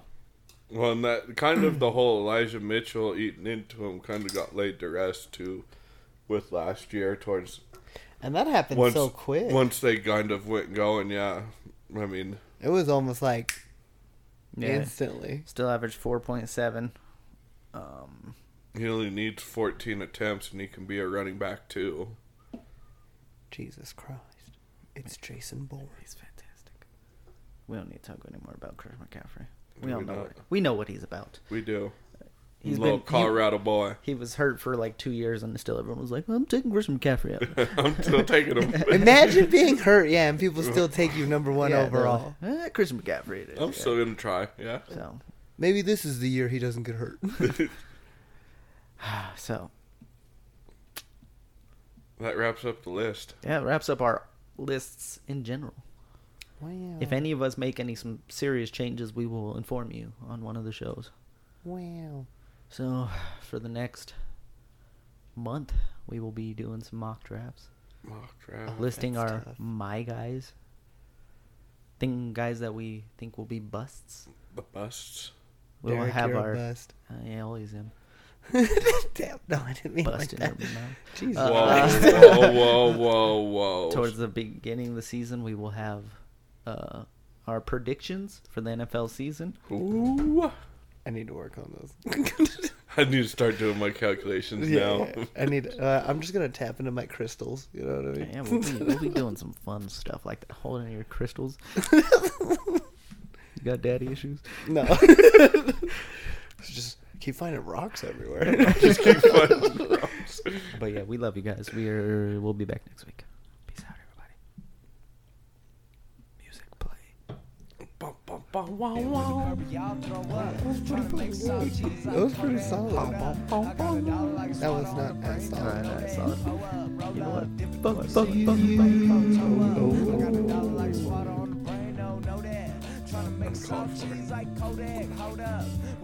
Speaker 3: Well, and that kind of the whole Elijah Mitchell eating into him kind of got laid to rest too, with last year towards
Speaker 4: and that happened
Speaker 3: once
Speaker 4: so quick.
Speaker 3: once they kind of went going. Yeah, I mean,
Speaker 4: it was almost like
Speaker 2: yeah.
Speaker 4: instantly.
Speaker 2: Still averaged 4.7. Um,
Speaker 3: he only needs fourteen attempts and he can be a running back too.
Speaker 4: Jesus Christ. It's Jason Bourne.
Speaker 2: he's fantastic. We don't need to talk anymore about Chris McCaffrey. We
Speaker 3: We
Speaker 2: all know
Speaker 3: not.
Speaker 2: what, we know what he's about.
Speaker 3: We do.
Speaker 2: He's
Speaker 3: Little
Speaker 2: been- he-
Speaker 3: Colorado boy.
Speaker 2: He was hurt for like two years, and still everyone was like, "I'm taking Chris McCaffrey out."
Speaker 3: I'm still taking him.
Speaker 4: Imagine being hurt, yeah, and people still take you number one
Speaker 2: Yeah, they're
Speaker 4: overall.
Speaker 2: like, "Eh, Chris McCaffrey. It is.
Speaker 3: I'm
Speaker 2: yeah.
Speaker 3: still gonna try. Yeah.
Speaker 2: so
Speaker 4: Maybe this is the year he doesn't
Speaker 2: ah,
Speaker 4: get hurt.
Speaker 2: so.
Speaker 3: That wraps up the list.
Speaker 2: Yeah, it wraps up our lists in general.
Speaker 4: Wow.
Speaker 2: If any of us make any some serious changes, we will inform you on one of the shows.
Speaker 4: wow.
Speaker 2: So, for the next month, we will be doing some mock drafts,
Speaker 3: Mock draft.
Speaker 2: listing
Speaker 4: Oh, that's
Speaker 2: our
Speaker 4: tough.
Speaker 2: my guys, thing guys that we think will be busts.
Speaker 3: The busts.
Speaker 2: We will
Speaker 4: Derek,
Speaker 2: have
Speaker 4: you're a
Speaker 2: our
Speaker 4: bust.
Speaker 2: Uh, yeah, always him
Speaker 4: Damn, no, I didn't mean
Speaker 2: bust in
Speaker 4: like
Speaker 2: your
Speaker 4: that.
Speaker 2: mouth.
Speaker 4: Jesus.
Speaker 3: Whoa,
Speaker 2: Uh,
Speaker 3: whoa, whoa, whoa, whoa.
Speaker 2: towards the beginning of the season we will have uh, our predictions for the NFL season.
Speaker 3: Ooh.
Speaker 4: I need to work on those.
Speaker 3: I need to start doing my calculations now.
Speaker 4: I need. Uh, I'm just gonna tap into my crystals. You know what I mean?
Speaker 2: Yeah, we'll be, we'll be doing some fun stuff like that, holding your crystals. you got daddy issues?
Speaker 4: No. just keep finding rocks everywhere.
Speaker 3: Just keep finding drops.
Speaker 2: But yeah, we love you guys. We are we'll be back next week. Peace out everybody. Music play.
Speaker 3: Bum, bum, bum, wow, wow.
Speaker 4: That was pretty solid. That was not as
Speaker 2: Alright, alright,
Speaker 4: solid.
Speaker 2: solid. You know what? Fuck,
Speaker 5: Fuck,
Speaker 2: fuck,
Speaker 5: fuck, fuck, fuck, fuck.
Speaker 4: Oh.
Speaker 5: I got a dollar like oh, swat on the brain, don't know that. Tryna make soft cheese like Kodak, hold up.